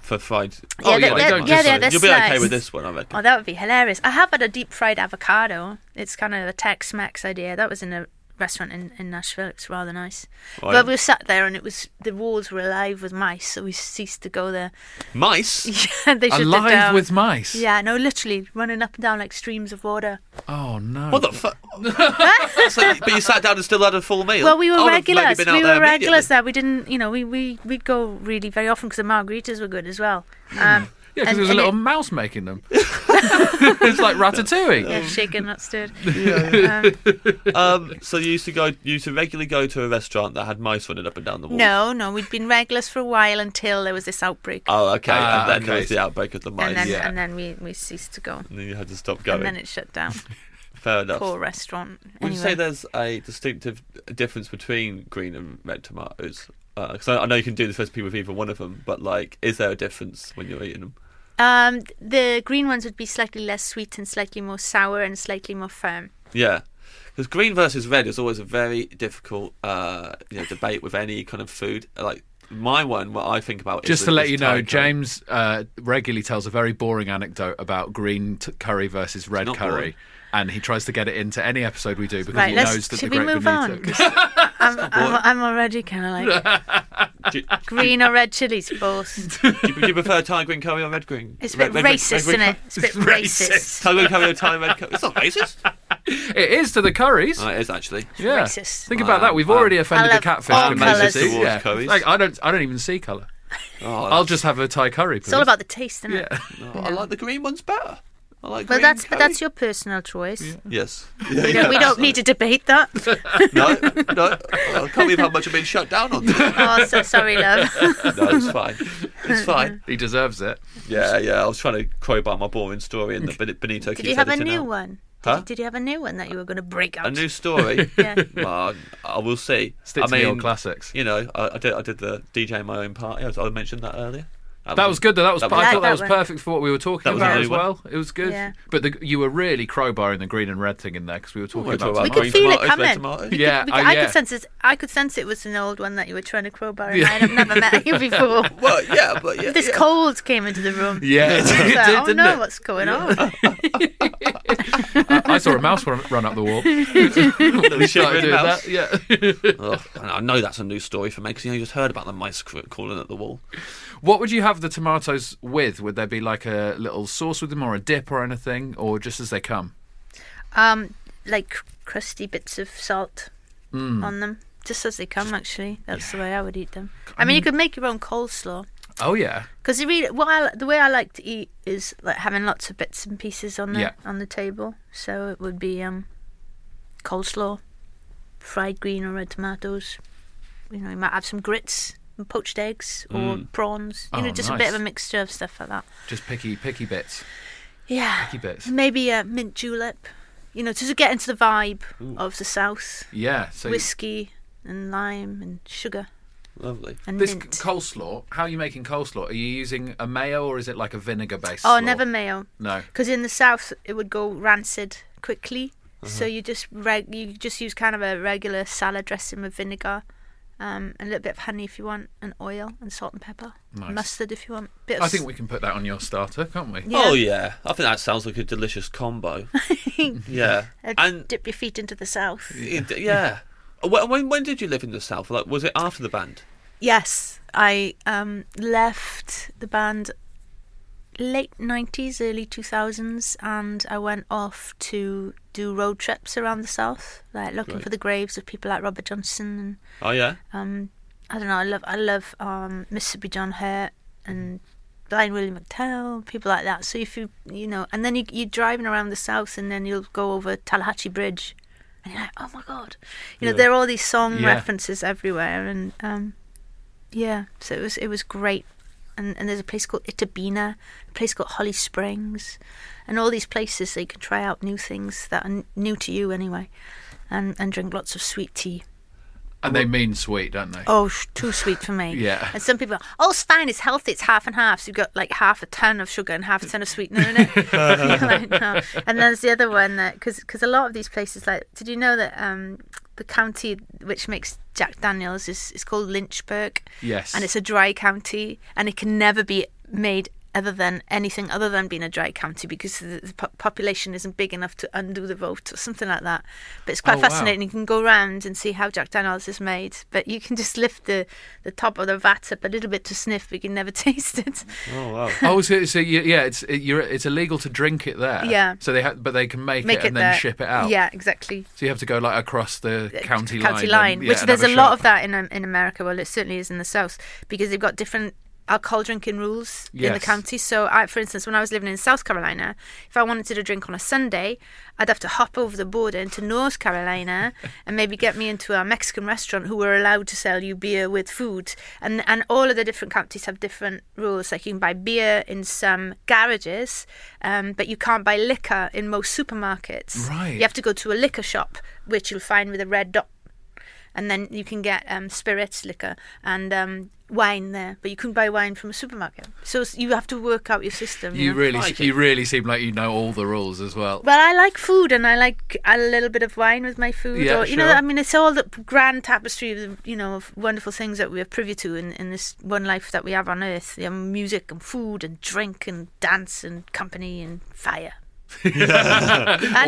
D: for Oh, fried.
E: Yeah, they're-
D: they
E: they're-
D: don't
E: yeah,
D: just-
E: they're- they're
D: You'll be okay
E: sliced.
D: with this one, I reckon.
E: Oh, that would be hilarious. I have had a deep fried avocado. It's kind of a Tex Mex idea. That was in a restaurant in, in Nashville. It's rather nice.
D: Right.
E: But we sat there and it was the walls were alive with mice, so we ceased to go there.
D: Mice.
E: Yeah, they should
C: Alive with mice.
E: Yeah, no, literally running up and down like streams of water.
C: Oh no.
D: What the fuck? but you sat down and still had a full meal.
E: Well, we
D: I
E: were
D: would've maybe
E: regulars.
D: been out
E: We
D: there
E: were regulars
D: immediately.
E: there. We didn't, you know, we we we'd go really very often because the margaritas were good as well.
C: Yeah,
E: Um,
C: because
E: and-
C: there was a
E: and
C: little
E: it-
C: mouse making them. it's like
D: Oh.
C: Ratatouille.
E: yeah, shaken, not stirred.
D: Um, so you used to go, you used to regularly go to a restaurant that had mice running up and down the wall.
E: No, no, we'd been regulars for a while until there was this outbreak,
D: Oh, okay.
C: Ah,
D: and then there
C: okay.
D: was the outbreak of the mice,
E: and then
C: yeah.
E: and then we we ceased to go,
D: And then you had to stop
E: and
D: going.
E: then it shut down.
D: Fair enough.
E: Poor restaurant.
D: Would
E: Anyway,
D: you say there's a distinctive difference between green and red tomatoes? Because I, I know you can do this recipe with either one of them, but like, is there a difference when you're eating them?
E: um, the green ones would be slightly less sweet and slightly more sour and slightly more firm.
D: Yeah, because green versus red is always a very difficult uh, you know, debate with any kind of food. Like my one, what I think about
C: Just
D: is
C: to
D: is
C: let you know,
D: taco.
C: James uh, regularly tells a very boring anecdote about green t- curry versus red
D: not
C: curry,
D: boring.
C: and he tries to get it into any episode we do because
E: Right,
C: he
E: let's-
C: knows that the
E: should we
C: great
E: move
C: Benito.
E: on? I'm, I'm, I'm already kind of like
D: Do, do,
E: green or red chilies, both.
D: you- do you prefer Thai green curry or red green?
E: It's a
D: red,
E: bit
D: red- red-
E: racist,
D: red
E: isn't
D: green
E: it? It's a bit racist.
D: Thai green curry or Thai red curry? It's not racist.
C: It is to the curries.
D: Oh, it is actually.
C: yeah,
E: Racist.
C: think about that. We've
D: Um,
C: already offended
E: I
C: the
E: love
C: catfish.
E: all
C: with racist
E: colours.
C: eat.
D: Towards
C: Yeah.
D: curries.
C: Like, I don't, I don't even see colour.
D: Oh,
C: I'll just have a Thai curry. Please.
E: It's all about the taste, isn't it?
C: Yeah.
D: no, Oh, I like the green ones better. I like
E: But
D: green
E: that's but
D: curry.
E: that's your personal choice.
D: Yes.
E: We don't, we don't need to debate that.
D: No, no. I can't believe how much I've been shut down on this.
E: Oh, so sorry, love.
D: No, it's fine. It's fine.
C: He deserves it.
D: Yeah, yeah. I was trying to crowbar my boring story, and the Ben- Benito
E: Did
D: keeps
E: you have a
D: editing
E: new
D: out.
E: one? Did,
D: Huh?
E: you, did you have a new one that you were going to break out?
D: A new story.
E: Yeah.
D: Well, I will see.
C: Stick
D: I
C: to the old
D: mean,
C: classics.
D: You know, I, I did. I did the DJ my own party. I, was- I mentioned that earlier.
C: That was good though. That was.
D: That was-
C: I thought
E: That
C: that was
E: one.
C: perfect for what we were talking
D: That was
C: about
D: a new
C: as
D: one.
C: well. It was good.
E: Yeah.
C: But the, you were really crowbarring the green and red thing in there because we were talking
D: We're
C: about.
D: talking Oh, about
E: we
C: tomatoes.
E: could
D: green
E: feel it
D: tomatoes, red
E: coming.
D: tomatoes.
E: We could-
C: Yeah,
E: we
C: I-
E: could- I
C: yeah.
E: could sense it. I could sense it was an old one that you were trying to crowbar, and I had never met you before.
D: Well, yeah, but yeah.
E: This
D: yeah.
E: cold came into the room.
C: Yeah, it
E: I was
C: did,
E: like, oh
C: didn't
E: no,
C: it?
E: what's going on?
C: I, I saw a mouse run, run up the wall.
D: Little
C: Started
D: shivering
C: doing
D: mouse.
C: that. Yeah.
D: Ugh, and I know that's a new story for me because you, know, you just heard about the mice cr- crawling at the wall.
C: What would you have the tomatoes with? Would there be like a little sauce with them, or a dip, or anything, or just as they come?
E: Um, like cr- crusty bits of salt on them, just as they come. Actually, that's the way I would eat them. I mean, you could make your own coleslaw.
C: Oh yeah,
E: Because really, what I, the way I like to eat is like having lots of bits and pieces on the
C: Yeah.
E: on the table. So it would be um, coleslaw, fried green or red tomatoes. You know, you might have some grits and poached eggs or prawns. You
C: Oh,
E: know, just a bit
C: nice.
E: of a mixture of stuff like that.
C: just picky, picky bits,
E: Yeah,
C: picky bits.
E: maybe a mint julep. You know, just to get into the vibe of the south,
C: Yeah. So
E: whiskey and lime and sugar
D: Lovely.
E: and
C: this
E: mint.
C: coleslaw. How are you making coleslaw? Are you using a mayo, or is it like a vinegar based?
E: oh, never mayo.
C: No.
E: because in the south it would go rancid quickly.
C: Uh-huh.
E: So you just reg- you just use kind of a regular salad dressing with vinegar, um, and a little bit of honey if you want, and oil and salt and pepper,
C: Nice.
E: mustard if you want. Bit of
C: I think we can put that on your starter, can't we?
E: Yeah.
D: Oh yeah, I think that sounds like a delicious combo. yeah,
E: s- uh,
D: and
E: dip your feet into the south.
D: yeah. When, when when did you live in the south? Like, was it after the band?
E: Yes, I um, left the band late nineties, early two thousands, and I went off to do road trips around the south, like looking
D: Right.
E: for the graves of people like Robert Johnson and
D: Oh yeah.
E: um, I don't know. I love I love um, Mississippi John Hurt and Blind Willie McTell, people like that. So if you you know, and then you, you're driving around the south, and then you'll go over Tallahatchie Bridge, and you're like, oh my god, you know, there are all these song
C: Yeah.
E: references everywhere, and um, yeah. So it was it was great. And, and there's a place called Itabina, a place called Holly Springs, and all these places so you can try out new things that are n- new to you anyway, and and drink lots of sweet tea.
C: And they mean sweet, don't they?
E: Oh, sh- too sweet for me.
C: Yeah.
E: And some people, are, oh, it's fine, it's healthy, it's half and half. So you've got like half a ton of sugar and half a ton of sweetener in it. Like, no. And there's the other one that, because a lot of these places, like, did you know that um, the county which makes Jack Daniels is, is called Lynchburg?
C: Yes.
E: And it's a dry county and it can never be made other than anything other than being a dry county because the, the po- population isn't big enough to undo the vote or something like that. But it's quite
C: Oh, wow.
E: fascinating. You can go round and see how Jack Daniels is made, but you can just lift the, the top of the vat up a little bit to sniff, but you can never taste it.
D: Oh wow.
C: Oh, so, so you, yeah, it's it, you're, it's illegal to drink it there.
E: Yeah.
C: So they ha- but they can make,
E: Make
C: it
E: it
C: and then
E: there.
C: ship it out.
E: Yeah, Uh, exactly.
C: So you have to go like across the county, line, and- yeah,
E: which
C: and
E: there's a
C: have
E: lot
C: shot.
E: of that in um, in America. Well, it certainly is in the south because they've got different alcohol drinking rules in the
C: Yes.
E: county. So, I, for instance, when I was living in South Carolina, if I wanted to drink on a Sunday, I'd have to hop over the border into North Carolina and maybe get me into a Mexican restaurant who were allowed to sell you beer with food. And and all of the different counties have different rules. Like you can buy beer in some garages, um, but you can't buy liquor in most supermarkets.
C: Right.
E: You have to go to a liquor shop, which you'll find with a red dot and then you can get um, spirits, liquor, and um, wine there. But you couldn't buy wine from a supermarket, so it's- you have to work out your system.
C: You
E: know?
C: really, you really seem like you know all the rules as well.
E: Well, I like food, and I like a little bit of wine with my food.
C: Yeah,
E: or, you know,
C: sure.
E: I mean, it's all the grand tapestry of the, you know of wonderful things that we are privy to in, in this one life that we have on earth: you know, music and food and drink and dance and company and fire. and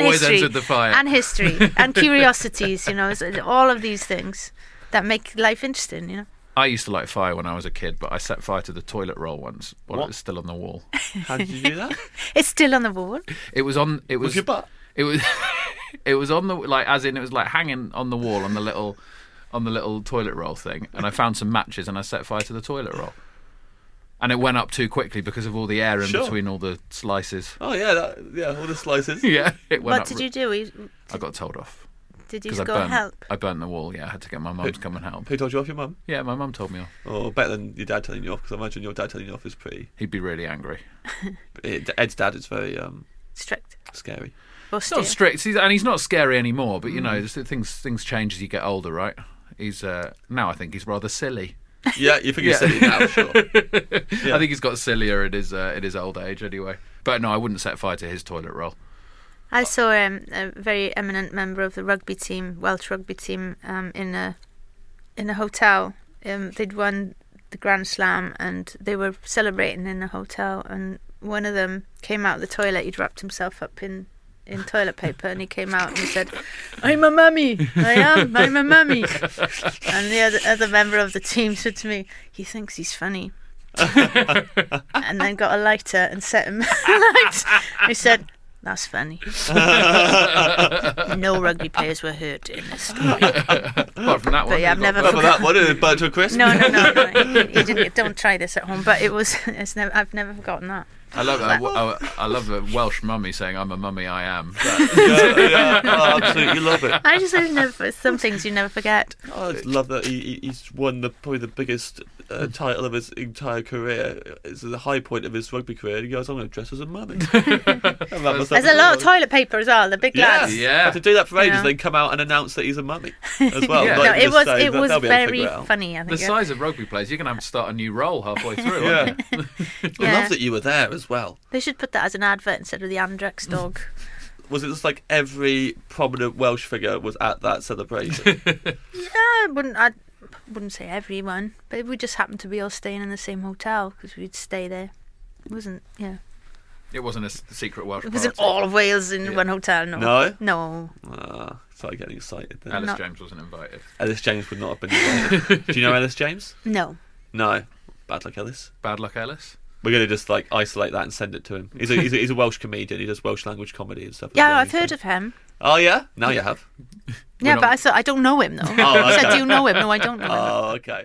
C: Always
E: history
C: ends with the fire.
E: and history and curiosities. You know, it's- it's all of these things that make life interesting. You know.
C: I used to like fire when I was a kid, but I set fire to the toilet roll once while it
D: What?
C: was still on the wall.
D: How did you do that?
E: It's still on the wall.
C: It was on. It was
D: your butt?
C: It was. it was on the like as in it was like hanging on the wall on the little on the little toilet roll thing, and I found some matches and I set fire to the toilet roll. And it went up too quickly because of all the air in
D: Sure.
C: between all the slices.
D: Oh yeah, that, yeah, all the slices.
C: Yeah, it went
E: What
C: up.
E: did you do? Were you-
C: I got told off
E: Did you
C: because I
E: go
C: burnt.
E: help?
C: I burnt the wall. Yeah, I had to get my mum to come and help.
D: Who told you off? Your mum?
C: Yeah, my mum told me off.
D: Oh, better than your dad telling you off because I imagine your dad telling you off is pretty.
C: He'd be really angry.
D: It, Ed's dad is very um,
E: Strict.
D: scary.
E: Or
C: It's not
E: steel?
C: strict, he's, and he's not scary anymore. But you know, there's- things things change as you get older, right? He's uh, now I think he's rather silly.
D: Yeah, you think he's
C: Yeah.
D: silly now? Sure.
C: I think he's got sillier in his uh, in his old age anyway. But no, I wouldn't set fire to his toilet roll.
E: I saw um, a very eminent member of the rugby team, Welsh rugby team, um, in a in a hotel. Um, they'd won the Grand Slam and they were celebrating in the hotel. And one of them came out of the toilet. He'd wrapped himself up in in toilet paper, and he came out and he said, "I'm a mummy. I am. I'm a mummy." and the other, other member of the team said to me, "He thinks he's funny." and then got a lighter and set him light. He said, "That's funny." no rugby players were hurt in this story.
C: Apart from that one,
E: But yeah,
C: he
E: I've
C: got-
E: never
D: Remember that
E: forgotten.
D: one? It burnt to a crisp.
E: No, no, no, no. You, you didn't, don't try this at home. But it was. It's never. I've never forgotten that.
C: I love I, I, I love a Welsh mummy saying, "I'm a mummy, I am." That-
D: yeah, yeah. Oh, absolutely love it.
E: I just I never. Some things you never forget.
D: Oh, I just love that he, he- he's won the probably the biggest uh, title of his entire career. It's the high point of his rugby career. He goes, "I'm going to dress as a mummy."
E: There's a lot of toilet paper as well. The big
D: Yeah,
E: lads.
C: Yeah.
D: Had to do that for ages,
E: Yeah.
D: then come out and announce that he's a mummy as well.
C: Yeah.
D: Not
E: No,
D: even
E: it
D: just
E: was.
D: saying
E: It
D: that
E: was
D: they'll be able to
E: very
D: figure it out.
E: funny. I
C: the
E: think. yeah.
C: size of rugby players, you're gonna have to start a new role halfway through.
D: Yeah,
C: Aren't you?
D: I
E: Yeah.
D: love that you were there as well.
E: They should put that as an advert instead of the Andrex
D: Mm.
E: dog.
D: Was it just like every prominent Welsh figure was at that celebration?
E: I wouldn't. I wouldn't say everyone, but we just happened to be all staying in the same hotel because we'd stay there. It wasn't. Yeah.
C: It wasn't a s- secret Welsh.
E: It was in
C: party.
E: all of Wales in one hotel. No.
D: No?
E: No.
D: ah, started getting excited. Then.
C: Alice
E: Not-
C: James wasn't invited.
D: Ellis James would not have been. invited. do you know Ellis James?
E: No.
D: No. Bad luck, Ellis.
C: Bad luck, Alice.
D: We're going to just like isolate that and send it to him. He's a, he's a, he's a Welsh comedian. He does Welsh language comedy and stuff.
E: Yeah, I've heard of him.
D: Oh yeah, now you have.
E: Yeah,
C: not- Oh,
E: but I said I don't know him though. I said, do you know him? No, I don't know him.
D: Oh okay.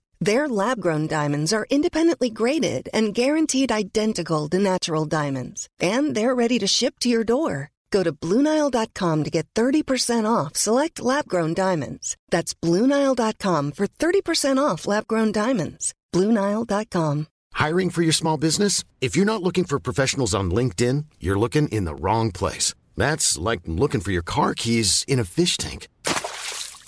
G: Their lab grown diamonds are independently graded and guaranteed identical to natural diamonds, and they're ready to ship to your door. Go to Bluenile.com to get 30% off select lab grown diamonds. That's Bluenile.com for 30% off lab grown diamonds. Bluenile.com.
H: Hiring for your small business? If you're not looking for professionals on LinkedIn, you're looking in the wrong place. That's like looking for your car keys in a fish tank.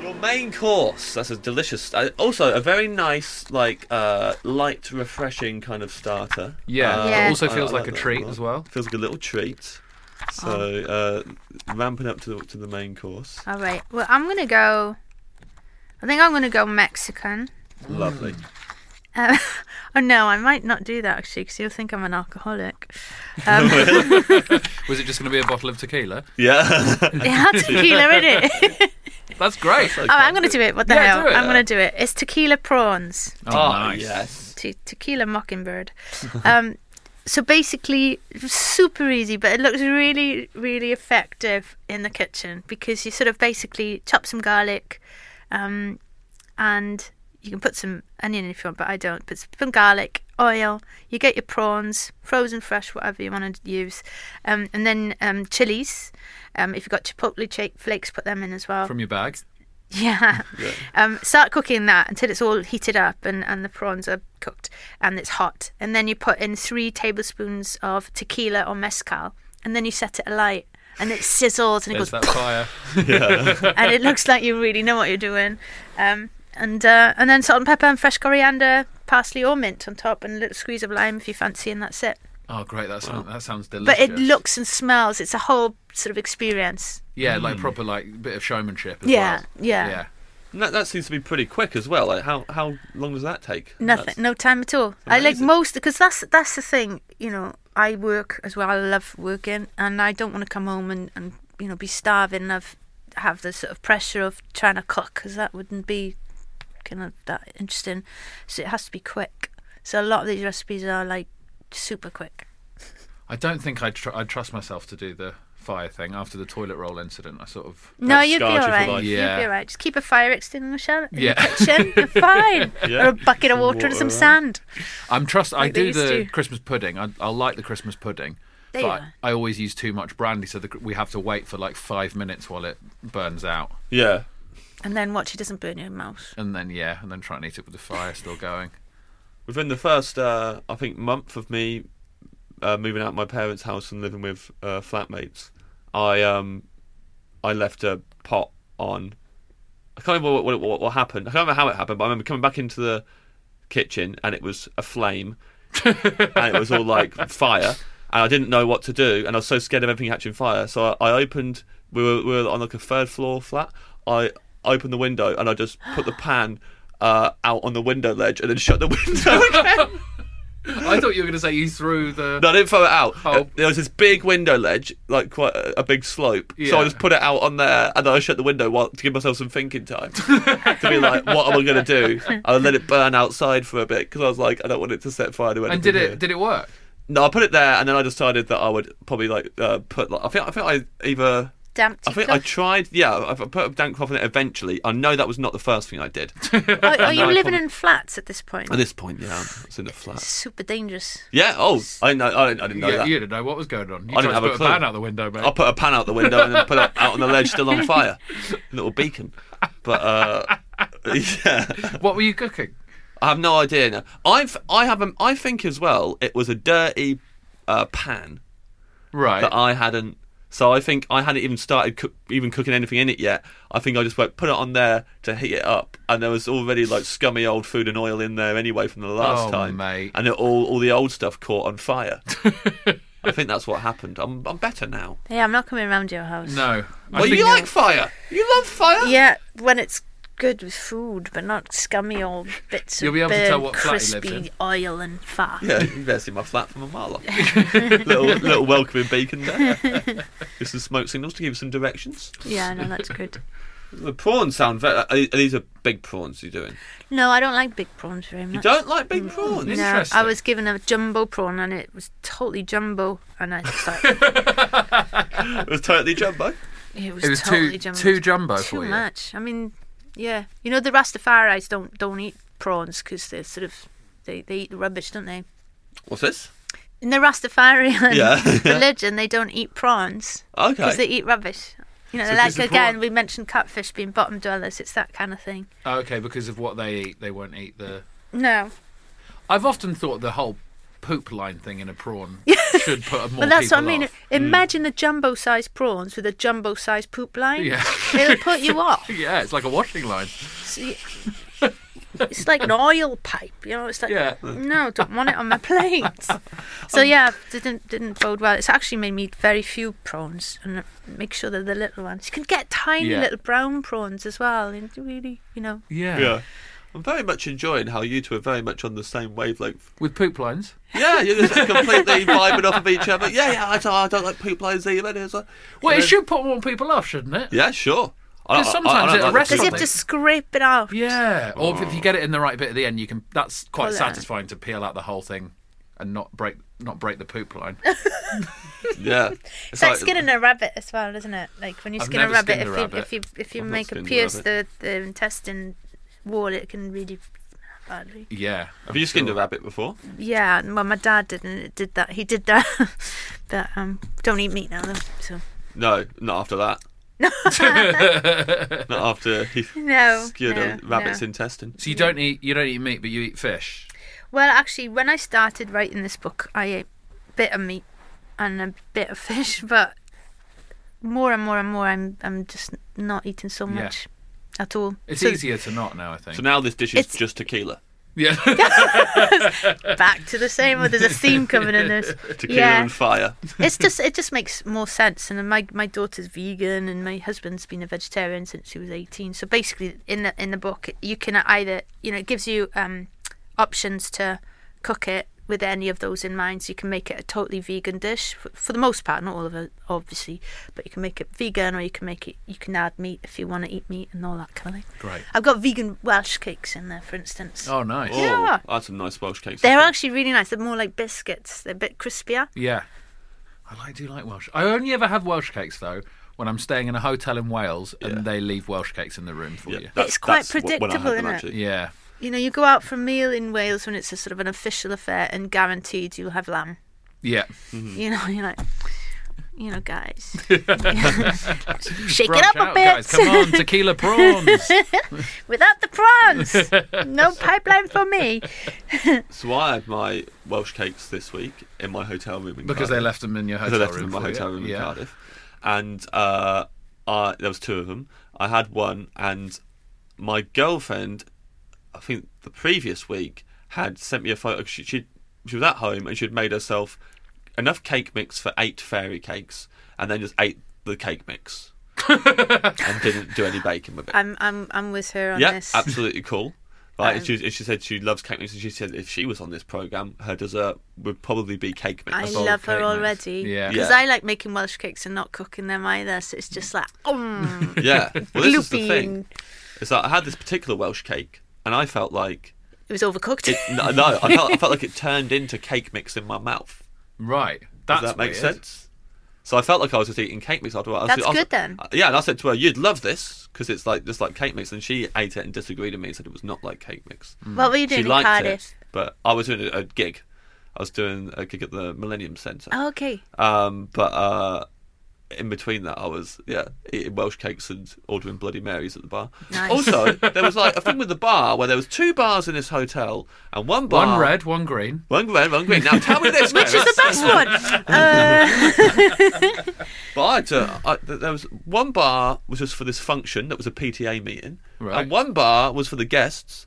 D: Your main course. That's a delicious. uh, Also, a very nice, like uh, light, refreshing kind of starter.
C: Yeah.
D: Uh,
E: Yeah.
C: Also
D: I-
C: feels
D: I
C: like a
D: that
C: treat
D: lot.
C: as well.
D: Feels like a little treat.
E: Oh.
D: So uh, ramping up to the, to the main course.
E: All right. Well, I'm gonna go. I think I'm gonna go Mexican.
D: Lovely.
E: Uh, oh no, I might not do that actually, because you'll think I'm an alcoholic. Um,
C: Was it just going to be a bottle of tequila?
D: Yeah.
E: it had tequila in it.
C: That's great.
E: Oh, I'm gonna do it. What the
C: Yeah,
E: hell?
C: do it.
E: I'm gonna do it. It's tequila prawns.
C: Oh, nice.
D: yes.
E: Te- tequila mockingbird. um, so basically, super easy, but it looks really, really effective in the kitchen because you sort of basically chop some garlic, um, and you can put some onion if you want, but I don't. Put some garlic, oil. You get your prawns, frozen, fresh, whatever you want to use, um, and then um, chilies. Um, if you've got chipotle cha- flakes, put them in as well.
C: From your bag.
E: Yeah. Um, start cooking that until it's all heated up and, and the prawns are cooked and it's hot. And then you put in three tablespoons of tequila or mezcal and then you set it alight and it sizzles and it
C: There's that
E: goes
C: fire.
E: and it looks like you really know what you're doing. Um, and uh, and then salt and pepper and fresh coriander, parsley or mint on top and a little squeeze of lime if you fancy and that's it.
C: Oh, great. That sounds, that sounds delicious.
E: But it looks and smells. It's a whole sort of experience.
C: Yeah, like proper, like bit of showmanship. As
E: Hmm. Yeah,
C: well.
E: yeah.
C: Yeah.
D: And that, that seems to be pretty quick as well. Like how how long does that take?
E: Nothing,
D: That's-
E: no time at all. I like
D: amazing.
E: most because that's that's the thing. You know, I work as well. I love working, and I don't want to come home and, and you know be starving. And have have the sort of pressure of trying to cook because that wouldn't be kind of that interesting. So it has to be quick. So a lot of these recipes are like super quick.
C: I don't think I'd, tr- I'd trust myself to do the fire thing after the toilet roll incident. I sort of.
E: no, you'd be
D: scarred you
E: all
D: for
E: right.
D: life.
E: You'd be
C: Yeah.
E: all right. Just keep a fire extinguisher in
C: Yeah.
E: the kitchen. You're fine.
D: Yeah.
E: Or a bucket of
D: Some
E: water, and
D: water,
E: some
D: right?
E: sand.
C: I'm trust. I
E: Like they
C: do
E: used
C: the
E: to.
C: Christmas pudding. I, I like the Christmas pudding,
E: There you
C: but
E: are.
C: I always use too much brandy, so the, we have to wait for like five minutes while it burns out,
D: Yeah.
E: And then watch it doesn't burn your mouth.
C: and then yeah, and then try and eat it with the fire still going.
D: Within the first, uh, I think, month of me uh, moving out of my parents' house and living with uh, flatmates, I um, I left a pot on. I can't remember what, what, what, what happened. I can't remember how it happened, but I remember coming back into the kitchen and it was aflame, and it was all like fire, and I didn't know what to do, and I was so scared of everything catching fire. So I, I opened. We were, we were on like a third floor flat. I opened the window and I just put the pan. Uh, out on the window ledge and then shut the window again.
C: I thought you were going to say you threw the.
D: No, I didn't throw it out.
C: Oh.
D: There was this big window ledge, like quite a, a big slope. So I
C: Yeah.
D: just put it out on there, and then I shut the window while, to give myself some thinking time to be like, what am I going to do? I let it burn outside for a bit because I was like, I don't want it to set fire to anything.
C: and did
D: here.
C: it? Did it work?
D: No, I put it there, and then I decided that I would probably like uh, put. Like, I think I think I either.
E: Damp
D: I think
E: teacup.
D: I tried. Yeah, I I put a damp cloth on it eventually. I know that was not the first thing I did.
E: Are, are you
D: I
E: Oh, living
D: probably-
E: in flats at this point?
D: At this point, yeah, it's in a flat.
E: Super dangerous.
D: Yeah. Oh, I didn't know. I didn't, I didn't know
C: yeah,
D: that.
C: you didn't know what was going on. You
D: I didn't
C: tried
D: have
C: to
D: a
C: put
D: clue.
C: pan out the window, mate.
D: I'll put a pan out the window and then put it out on the ledge, still on fire. A little beacon. But uh, yeah,
C: What were you cooking?
D: I have no idea. Now. I've I have a, I think as well. It was a dirty uh, pan
C: Right.
D: that I hadn't. So I think I hadn't even started cook, even cooking anything in it yet. I think I just went, put it on there to heat it up, and there was already like scummy old food and oil in there anyway from the last
C: Oh,
D: time,
C: mate.
D: and it all all the old stuff caught on fire. I think that's what happened. I'm I'm better now.
E: Yeah, I'm not coming around your house.
C: no. I
D: Well,
C: think-
D: you like fire. You love fire.
E: Yeah, when it's good with food, but not scummy old bits
C: You'll
E: of
C: be able to tell
E: burnt,
C: what flat he
E: crispy
C: lives in.
E: oil and fat.
D: Yeah, you've never seen my flat from a mile off. little, little welcoming beacon there. There's some smoke signals to give you some directions.
E: Yeah, no, that's good.
D: The prawns sound very. Are, are these are big prawns you're doing?
E: No, I don't like big prawns very much. Mm.
D: You don't like big prawns?
E: No, I was given a jumbo prawn and it was totally jumbo, and I just like
D: It was totally jumbo.
E: it was,
C: It was too-
E: totally jumbo.
C: too jumbo
E: too
C: for you.
E: much. I mean, yeah, you know the Rastafari's don't don't eat prawns because they're sort of they they eat the rubbish, don't they?
D: What's this?
E: In the Rastafarian
D: Yeah.
E: religion, they don't eat prawns
D: Okay.
E: because they eat rubbish. You know,
D: So
E: like
D: just the
E: again,
D: prawn-
E: we mentioned catfish being bottom dwellers. It's that kind of thing.
C: Oh, okay, because of what they eat, they won't eat the.
E: No,
C: I've often thought the whole poop line thing in a prawn should put more
E: but that's what I
C: people
E: mean.
C: off.
D: Mm.
E: Imagine the jumbo-sized prawns with a jumbo-sized poop line.
C: Yeah.
E: It'll put you off.
C: Yeah, it's like a washing line.
E: See, it's like an oil pipe, you know. It's like
C: Yeah. Um,
E: no, don't want it on my plate. So yeah, didn't didn't bode well. It's actually made me eat very few prawns and make sure they're the little ones. You can get tiny
C: Yeah.
E: little brown prawns as well, and really, you know,
C: Yeah.
D: Yeah. I'm very much enjoying how you two are very much on the same wavelength.
C: With poop lines.
D: Yeah, you're just completely vibing off of each other. Yeah, yeah, I don't, I don't like poop lines either. It's like-
C: Well, it
D: Yeah.
C: should put more people off, shouldn't it?
D: Yeah, sure. I-
C: 'Cause
D: I- I- I
C: sometimes at a
D: don't like the
E: because you
C: restaurant-
E: have to scrape it out.
C: Yeah. Or if you get it in the right bit at the end, you can. That's quite
E: Pull it out.
C: satisfying to peel out the whole thing and not break not break the poop line.
D: poop- Yeah.
E: It's like skinning a rabbit as well, isn't it? Like when you
C: I've
E: skin a
C: never
E: rabbit,
C: skinned
E: if
C: a
E: you,
C: rabbit.
E: if you if you
D: I've not
E: make a
D: skinned a
E: pierce the,
D: rabbit.
E: the intestine wall, it can really badly.
C: yeah.
D: Have you skinned a rabbit before?
E: Yeah, and- well, my dad didn't. It did that. He did that. but um, don't eat meat now, though. So
D: No, not after that. not after he
E: No,
D: skewered a
E: no,
D: rabbit's
E: no.
D: intestine.
C: So you don't eat you don't eat meat, but you eat fish.
E: well, actually, when I started writing this book, I ate bit of meat and a bit of fish, but more and more and more, I'm I'm just not eating so
C: Yeah.
E: much at all.
C: It's
E: So
C: easier to not now, I think.
D: So now this dish is
E: It's-
D: just tequila.
C: yeah.
E: Back to the same. Well, there's a theme coming in this.
D: Tequila and fire.
E: it's just it just makes more sense. And my my daughter's vegan, and my husband's been a vegetarian since he was eighteen. So basically, in the in the book, you can either you know it gives you um, options to cook it with any of those in mind. So you can make it a totally vegan dish for, for the most part, not all of it, obviously, but you can make it vegan, or you can make it you can add meat if you want to eat meat and all that kind of thing.
C: Great.
E: I've got vegan Welsh cakes in there, for instance.
C: Oh, nice.
D: Oh,
E: Yeah.
D: I had some nice Welsh cakes.
E: They're
D: actually.
E: actually really nice. They're more like biscuits. They're a bit crispier.
C: Yeah. I like, do like Welsh. I only ever have Welsh cakes though when I'm staying in a hotel in Wales and they leave Welsh cakes in the room for you.
D: that's-
E: It's quite
D: that's wh- when I had
E: predictable,
D: them,
E: isn't it?
D: actually.
C: Yeah.
E: You know, you go out for a meal in Wales when it's a sort of an official affair, and guaranteed you'll have lamb.
C: Yeah. Hmm.
E: You know, you're like, you know, guys, shake it
C: Branch
E: up a
C: out,
E: bit
C: guys. Come on, tequila prawns.
E: without the prawns. no pipeline for me.
D: So I had my Welsh cakes this week in my hotel room in
C: because
D: Cardiff.
C: they left them in your
D: Because I
C: hotel
D: left them
C: room.
D: in my
C: for you.
D: hotel room in
C: yeah.
D: Cardiff, and uh, I, there was two of them. I had one, and my girlfriend, I think the previous week, had sent me a photo. She she, she was at home and she had made herself enough cake mix for eight fairy cakes, and then just ate the cake mix and didn't do any baking with it.
E: I'm, Um, I'm, I'm with her on
D: yeah,
E: this.
D: absolutely cool. Right, and she, was- and she said she loves cake mix, and she said if she was on this program, her dessert would probably be cake mix.
E: I
C: bowl of
E: love her
C: cake mix.
E: already.
C: Yeah.
E: Because
D: Yeah.
E: I like making Welsh cakes and not cooking them either. So it's just like, um,
D: Yeah. Well, this is the
E: Glooping.
D: thing. It's like I had this particular Welsh cake, and I felt like
E: it was overcooked.
D: it, no, no, I felt, I felt like it turned into cake mix in my mouth.
C: Right.
D: Does
C: That's
D: that make
C: weird.
D: sense? So I felt like I was just eating cake mix after a while.
E: That's
D: I was,
E: good then.
D: Yeah, and I said to her, "You'd love this because it's like just like cake mix." And she ate it and disagreed with me and said it was not like cake mix.
E: what were you
D: She
E: doing in
D: liked
E: Cardiff?
D: it, but I was doing a, a gig. I was doing a gig at the Millennium Centre.
E: Oh, okay.
D: Um, but uh, in between that, I was yeah eating Welsh cakes and ordering Bloody Marys at the bar.
E: Nice.
D: Also, there was like a thing with the bar where there was two bars in this hotel, and one bar
C: One red, one green.
D: one red, one green. Now tell me this,
E: Which is the
D: Chris.
E: best one? Uh,
D: But I had to, I, th- there was one bar was just for this function that was a PTA meeting,
C: Right.
D: and one bar was for the guests,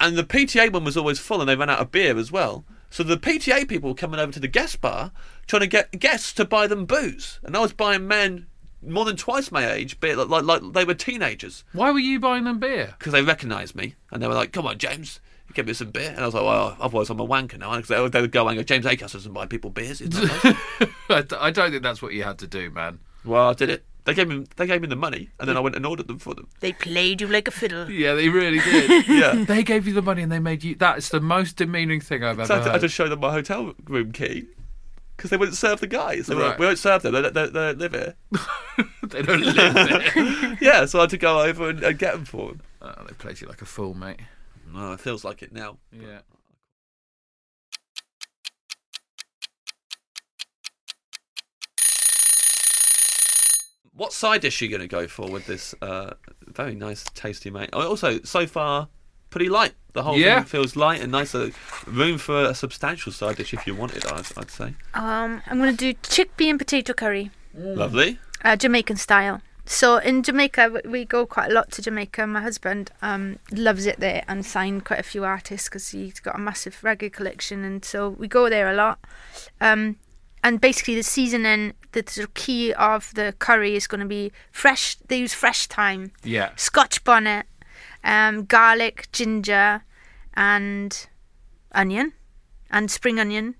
D: and the PTA one was always full, and they ran out of beer as well. So the PTA people were coming over to the guest bar trying to get guests to buy them booze, and I was buying men more than twice my age, but like, like, like they were teenagers
C: Why were you buying them beer?
D: because they recognised me and they were like, "Come on, James." Give me some beer, and I was like, "Well, otherwise I'm a wanker now." Because they, would- they would go and go, "James Acaster doesn't buy people beers." It's not nice."
C: I, d- I don't think that's what you had to do, man.
D: well, I did it. They gave me they gave me the money, and then I went and ordered them for them.
E: They played you like a fiddle.
C: Yeah, they really did.
D: Yeah,
C: they gave you the money and they made you. That's the most demeaning thing I've ever
D: So I,
C: heard.
D: I just showed them my hotel room key because they wouldn't serve the guys. They were
C: Right.
D: like, we won't serve them. They, don't- they, they don't live here.
C: they don't live there.
D: yeah, so I had to go over and, and get them for them.
C: oh, they played you like a fool, mate.
D: Oh, it feels like it now.
C: Yeah.
D: What side dish are you going to go for with this? Uh, very nice, tasty mate. Oh, Also, so far, pretty light. The whole
C: Yeah.
D: thing feels light and nice. Uh, room for a substantial side dish if you wanted. I'd, I'd say.
E: Um, I'm gonna do chickpea and potato curry,
D: Mm. Lovely.
E: uh, Jamaican style. So in Jamaica, w- we go quite a lot to Jamaica. My husband um, loves it there and signed quite a few artists because he's got a massive reggae collection, and so we go there a lot. Um, and basically, the seasoning, the sort of key of the curry is going to be fresh. They use fresh thyme,
C: Yeah.
E: Scotch bonnet, um, garlic, ginger, and onion, and spring onion,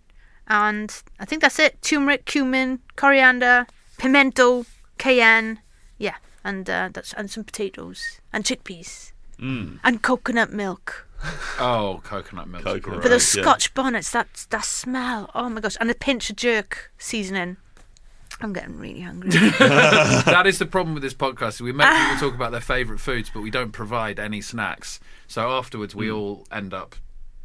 E: and I think that's it. Turmeric, cumin, coriander, pimento, cayenne, yeah, and uh, that's and some potatoes and chickpeas
D: Mm.
E: and coconut milk.
C: Oh, coconut milk.
D: Coconut.
E: But
D: Right,
E: those
D: yeah.
E: Scotch bonnets, that that smell, oh my gosh, and a pinch of jerk seasoning. I'm getting really hungry.
C: that is the problem with this podcast. is We make
E: Ah.
C: people talk about their favourite foods, but we don't provide any snacks. So afterwards,
D: Hmm.
C: we all end up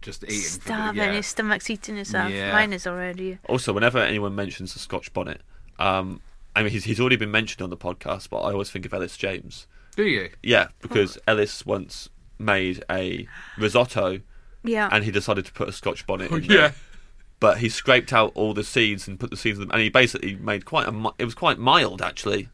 C: just eating. for the-
E: Starving,
C: yeah.
E: your stomach's eating itself.
C: Yeah.
E: Mine is already.
D: Also, whenever anyone mentions the Scotch bonnet, um, I mean he's he's already been mentioned on the podcast, but I always think of Ellis James.
C: Do you?
D: Yeah, because Ellis once made a risotto
E: Yeah.
D: and he decided to put a scotch bonnet
C: Oh,
D: in there. But he scraped out all the seeds and put the seeds in them, and he basically made quite a. mi- It was quite mild, actually.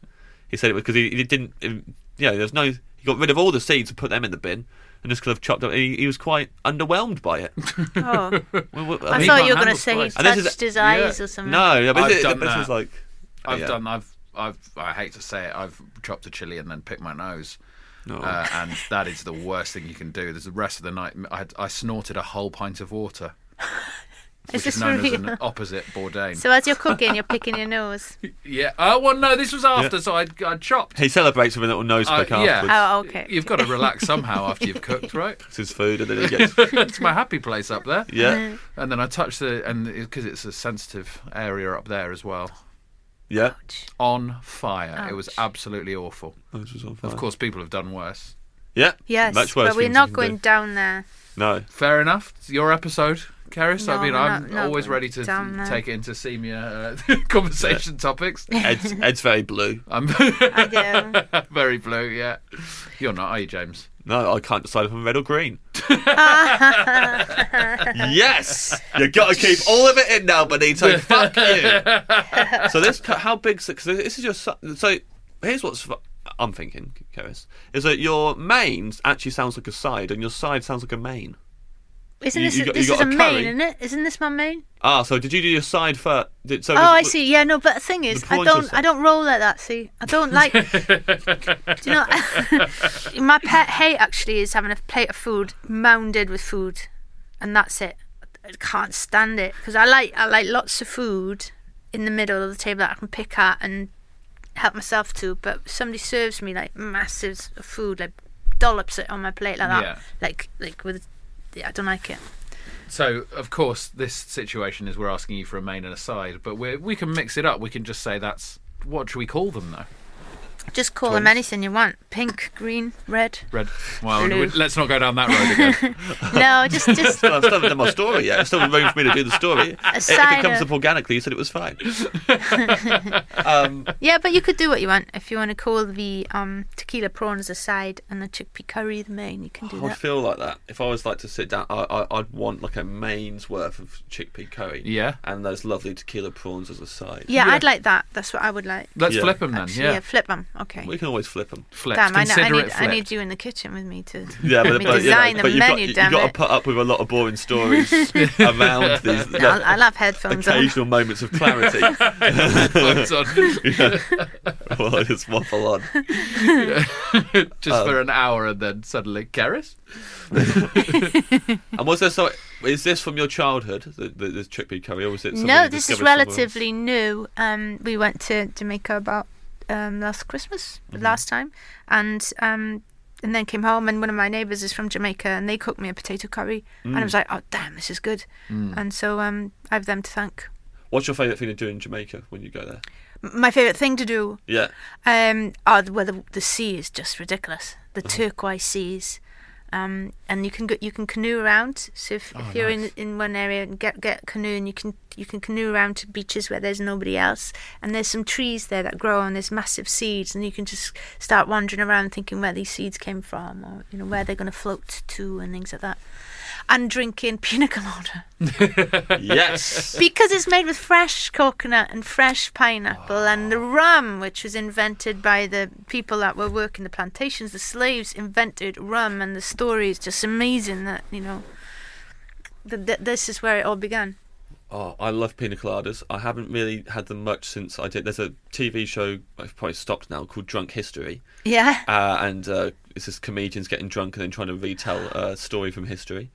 D: He said it was because he, he didn't. You know, there's no. He got rid of all the seeds and put them in the bin, and just kind of chopped up. He, he was quite underwhelmed by it.
E: oh.
D: Well, well,
E: I
D: mean-
E: thought
C: can't
E: you were going
C: handle
E: to say he
C: spice.
D: And Oh, this is-
E: touched his eyes
C: yeah.
E: or something.
D: no, no, but
C: I've
D: this,
C: done
D: this
C: that.
D: was like.
C: I've
D: yeah.
C: done. I've. I've. I hate to say it. I've chopped a chili and then picked my nose.
D: No.
C: Uh, and that is the worst thing you can do. There's the rest of the night. I, had, I snorted a whole pint of water,
E: Is
C: which is
E: this
C: known as
E: real?
C: an opposite Bourdain.
E: So as you're cooking, you're picking your nose.
C: yeah. Oh well, no. This was after, so I, I chopped.
D: He celebrates with a little nose
C: Uh,
D: pick
C: yeah.
D: afterwards.
E: Oh, okay.
C: You've got to relax somehow after you've cooked, right?
D: It's his food, and then he gets.
C: it's my happy place up there.
D: Yeah,
C: And then I touch the and because it's a sensitive area up there as well.
D: yeah.
C: On fire. It was absolutely awful.
D: This was on
C: Of
D: fire.
C: course, people have done worse.
D: Yeah.
E: Yes,
D: Much worse
E: but we're
D: things
E: not
D: you can
E: going
D: do.
E: down there.
D: No.
C: Fair enough. It's your episode, Karis.
E: No,
C: I mean,
E: we're
C: I'm
E: not- not
C: always
E: going
C: ready to
E: down there.
C: take it into senior uh, conversation topics.
D: Ed's, Ed's very blue.
C: I'm
E: I do.
C: very blue. Yeah, you're not, are you, James?
D: No, I can't decide if I'm red or green. yes, you got to keep all of it in now, Benito. Fuck you. so this, cu- how big's it? Because this is your. su- So here's what's. fu- I'm thinking, Keris, is that your main actually sounds like a side, and your side sounds like a main.
E: Isn't
D: You-
E: this
D: you got- you
E: this
D: got
E: is
D: a
E: a main,
D: curry.
E: isn't it? Isn't this my main?
D: Ah, so did you do your side first? Did, so
E: oh, I
D: was-
E: see. Yeah, no, but the thing is, I
D: point
E: don't,
D: is-
E: I don't roll like that. See, I don't like. do you know? my pet hate actually is having a plate of food mounded with food, and that's it. I can't stand it because I like, I like lots of food in the middle of the table that I can pick at and help myself to. But if somebody serves me like masses of food, like dollops it on my plate like that,
C: Yeah.
E: like, like with. Yeah, I don't like it.
C: So, of course, this situation is we're asking you for a main and a side, but we we can mix it up. We can just say that's what should we call them though?
E: Just call them anything you want: pink, green, red.
C: Red. Well,
E: Blue.
C: we- let's not go down that road again.
E: No, just just
D: I've still haven't done my story yet. There's still room for me to do the story. If
E: side
D: it comes
E: of-
D: up organically, you said it was fine. Um,
E: yeah, but you could do what you want if you want to call the um, tequila prawns a side and the chickpea curry the main. You can do
D: I would
E: that.
D: feel like that if I was like to sit down. I, I I'd want like a main's worth of chickpea curry.
C: Yeah.
D: and those lovely tequila prawns as a side.
E: Yeah, I'd like that. That's what I would like.
C: Let's
D: Yeah.
C: flip them then.
E: Actually,
C: Yeah.
E: flip 'em. Okay.
D: We can always flip them.
C: Flipped.
E: Damn, I, know, I
C: Consider
E: need
C: it
E: I
C: flipped.
E: need you in the kitchen with me to
D: Yeah,
E: help
D: but, but, you
E: me
D: know,
E: design
D: but
E: the
D: you've got
E: menu.
D: you,
E: damn
D: got to
E: it!
D: put up with a lot of boring stories around these
E: No, I'll, I'll have headphones on.
D: occasional moments of clarity.
C: Headphones on.
D: yeah. Well, I just waffle on.
C: just
D: Um,
C: for an hour and then suddenly Keris?
D: And was there so? Is this from your childhood? The, the, the chickpea curry, or was it? something
E: No,
D: you
E: this is
D: discovered somewhere else?
E: relatively new. Um, we went to Jamaica about um, last Christmas, last time, and um, and then came home. And one of my neighbours is from Jamaica, and they cooked me a potato curry, and I was like, "Oh, damn, this is good." And so um, I have them to thank.
D: What's your favourite thing to do in Jamaica when you go there?
E: M- My favourite thing to do,
D: Yeah,
E: um, oh, well, the, the sea is just ridiculous. The turquoise seas. Um, and you can go, you can canoe around. So if, if you're in, in one area and get get a canoe, and you can you can canoe around to beaches where there's nobody else, and there's some trees there that grow on there's massive seeds, and you can just start wandering around thinking where these seeds came from, or you know where they're going to float to, and things like that. And drinking pina colada
D: yes.
E: because it's made with fresh coconut and fresh pineapple and the
D: Oh.
E: rum which was invented by the people that were working the plantations the slaves invented rum and the story is just amazing that you know th- th- this is where it all began
D: Oh, I love pina coladas. I haven't really had them much since I did. There's a TV show I've probably stopped now called Drunk History,
E: yeah
D: uh, and uh, it's just comedians getting drunk and then trying to retell a story from history.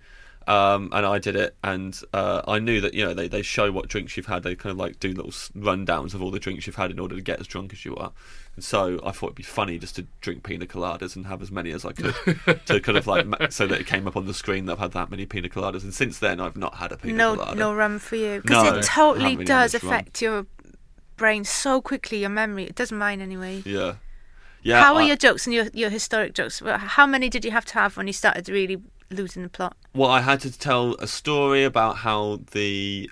D: Um, and I did it, and uh, I knew that you know they, they show what drinks you've had. They kind of like do little s- rundowns of all the drinks you've had in order to get as drunk as you are. And so I thought it'd be funny just to drink pina coladas and have as many as I could to kind of like ma- so that it came up on the screen that I've had that many pina coladas. And since then, I've not had a pina
E: no
D: colada.
E: no rum for you
D: No,
E: because
D: I
E: it totally
D: haven't really had
E: does
D: much rum.
E: affect your brain so quickly your memory it doesn't mine anyway
D: Yeah. Yeah.
E: how are
D: I-
E: your jokes and your, your historic jokes Well, how many did you have to have when you started really losing the plot
D: Well, I had to tell a story about how the.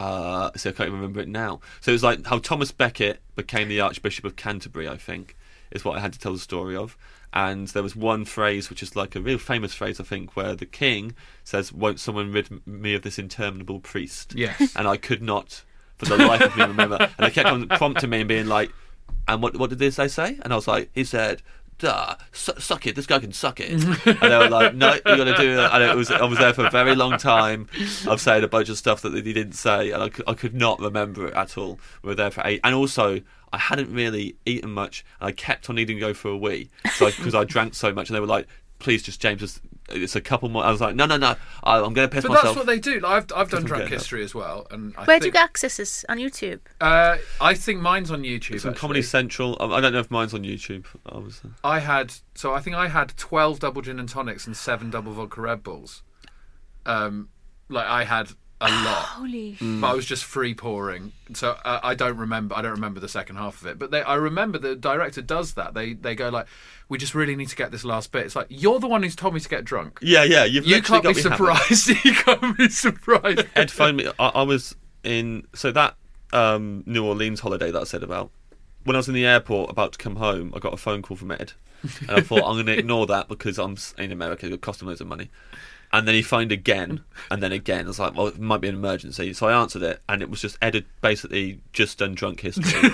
D: Uh, so I can't remember it now. So it was like how Thomas Becket became the Archbishop of Canterbury, I think, is what I had to tell the story of. And there was one phrase, which is like a real famous phrase, I think, where the king says, Won't someone rid me of this interminable priest?
C: Yes.
D: And I could not, for the life of me, remember. And they kept on prompting me and being like, And what, what did this they say? And I was like, He said, Duh, su- suck it. This guy can suck it. and they were like, "No, you got to do that." And it was, I was there for a very long time. I've said a bunch of stuff that he didn't say, and I could, I could not remember it at all. We were there for eight, and also I hadn't really eaten much, and I kept on needing to go for a wee because I, drank so much. And they were like, "Please, just James, just, it's a couple more." I was like, "No, no, no, I, I'm going to piss
C: But
D: myself."
C: that's what they do. Like, I've, I've done
D: Doesn't
C: drunk
D: get that.
C: history as well, and I
E: where do you
C: think,
E: get access this on youtube
C: Uh, I think mine's on YouTube.
D: it's on
C: actually.
D: Comedy Central. I I don't know if mine's on YouTube. I was,
C: I had so I think I had twelve double gin and tonics and seven double vodka Red Bulls. Um, like I had a lot,
E: Ah, holy
C: but I was just free pouring. So uh, I don't remember. I don't remember the second half of it. But they, I remember the director does that. They they go like, "We just really need to get this last bit." It's like you're the one who's told me to get drunk.
D: yeah, yeah, you've
C: You
D: literally
C: can't
D: got
C: be
D: me hammered.
C: surprised. you can't be surprised.
D: Ed phoned me. I, I was in so that um, New Orleans holiday that I said about. When I was in the airport about to come home, I got a phone call from Ed, and I thought I'm going to ignore that because I'm s- in America. It cost him loads of money. And then he phoned again, and then again. I was like, well, it might be an emergency. So I answered it, and it was just Ed had basically just done drunk history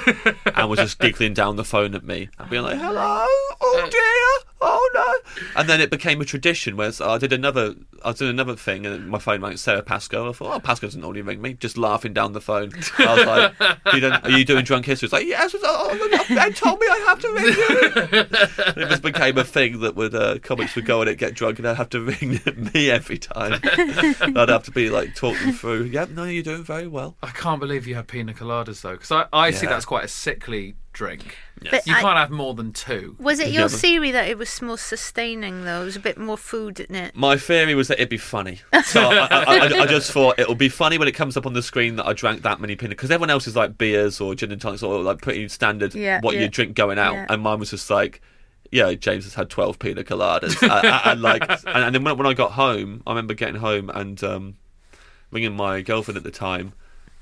D: and was just giggling down the phone at me and being like, hello, oh
C: Uh,
D: dear, oh no. And then it became a tradition where I did another I did another thing, and my phone rang Sarah Pascoe. I thought, oh, Pascoe doesn't normally ring me, just laughing down the phone. I was like, you don't, are you doing drunk history? It's like, yes, it's, oh, Ed told me I have to ring you. And it just became a thing that would uh, comics would go on it, get drunk, and I'd have to ring me every time. I'd have to be like talking through. Yep, no, you're doing very well.
C: I can't believe you had pina coladas though, because I, I see
D: Yeah.
C: that's quite a sickly drink.
E: But
C: You
E: I-
C: can't have more than two.
E: Was it your
D: Yeah, but-
E: theory that it was more sustaining though? It was a bit more food in it.
D: My theory was that it'd be funny. So I, I, I, I just thought it'll be funny when it comes up on the screen that I drank that many pina because everyone else is like beers or gin and tonics or like pretty standard
E: Yeah,
D: what
E: yeah.
D: you drink going out,
E: Yeah.
D: and mine was just like. Yeah, James has had twelve pina coladas, and, and like, and, and then when, when I got home, I remember getting home and um, ringing my girlfriend at the time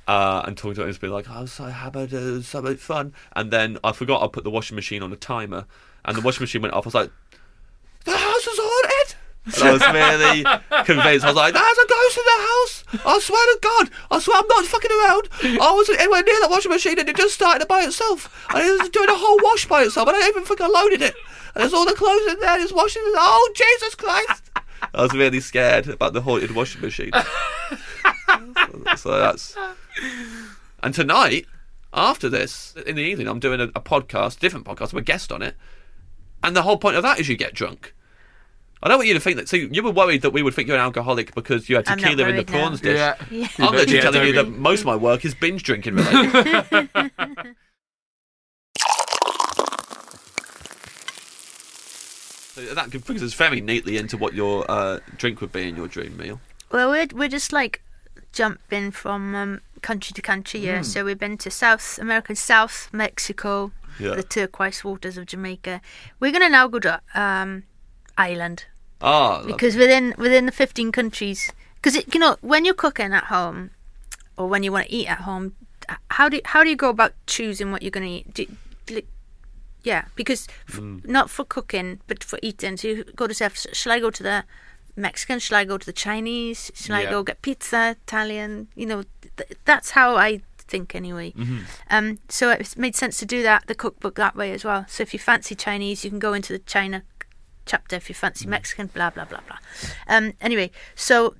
D: uh, and talking to her and just being like, I was so hammered, it was so much fun. And then I forgot I put the washing machine on a timer and the washing machine went off. I was like, the house is haunted. And I was really convinced. I was like, there's a ghost in the house. I swear to God, I swear I'm not fucking around. I wasn't anywhere near that washing machine and it just started by itself. And it was doing a whole wash by itself. I don't even think I loaded it. And there's all the clothes in there, it's washing. it. Oh, Jesus Christ. I was really scared about the haunted washing machine. so that's. And tonight, after this, in the evening, I'm doing a, a podcast, different podcast. I'm a guest on it. And the whole point of that is you get drunk. I don't want you to think that. So you were worried that we would think you're an alcoholic because you had
E: I'm not
D: tequila in the
E: worried now.
D: prawns dish.
C: Yeah.
E: Yeah.
D: I'm literally
C: Yeah,
D: telling you
C: don't
D: that most of my work is binge drinking related. so that brings us very neatly into what your uh, drink would be in your dream meal.
E: Well, we're we're just like jumping from um, country to country, yeah. So we've been to South American South Mexico,
D: Yeah.
E: the turquoise waters of Jamaica. We're gonna now go to um, Ireland
D: Ah, lovely.
E: because within within the fifteen countries, because you know when you're cooking at home or when you want to eat at home, h- how do how do you go about choosing what you're gonna eat? Do, like, yeah, because f- not for cooking, but for eating. So you go to self. Shall I go to the Mexican? Shall I go to the Chinese? Shall I
C: Yeah.
E: go get pizza, Italian? You know, th- that's how I think anyway. Um, so it made sense to do that the cookbook that way as well. So if you fancy Chinese, you can go into the China chapter. If you fancy Mexican, blah blah blah blah. Um, anyway, so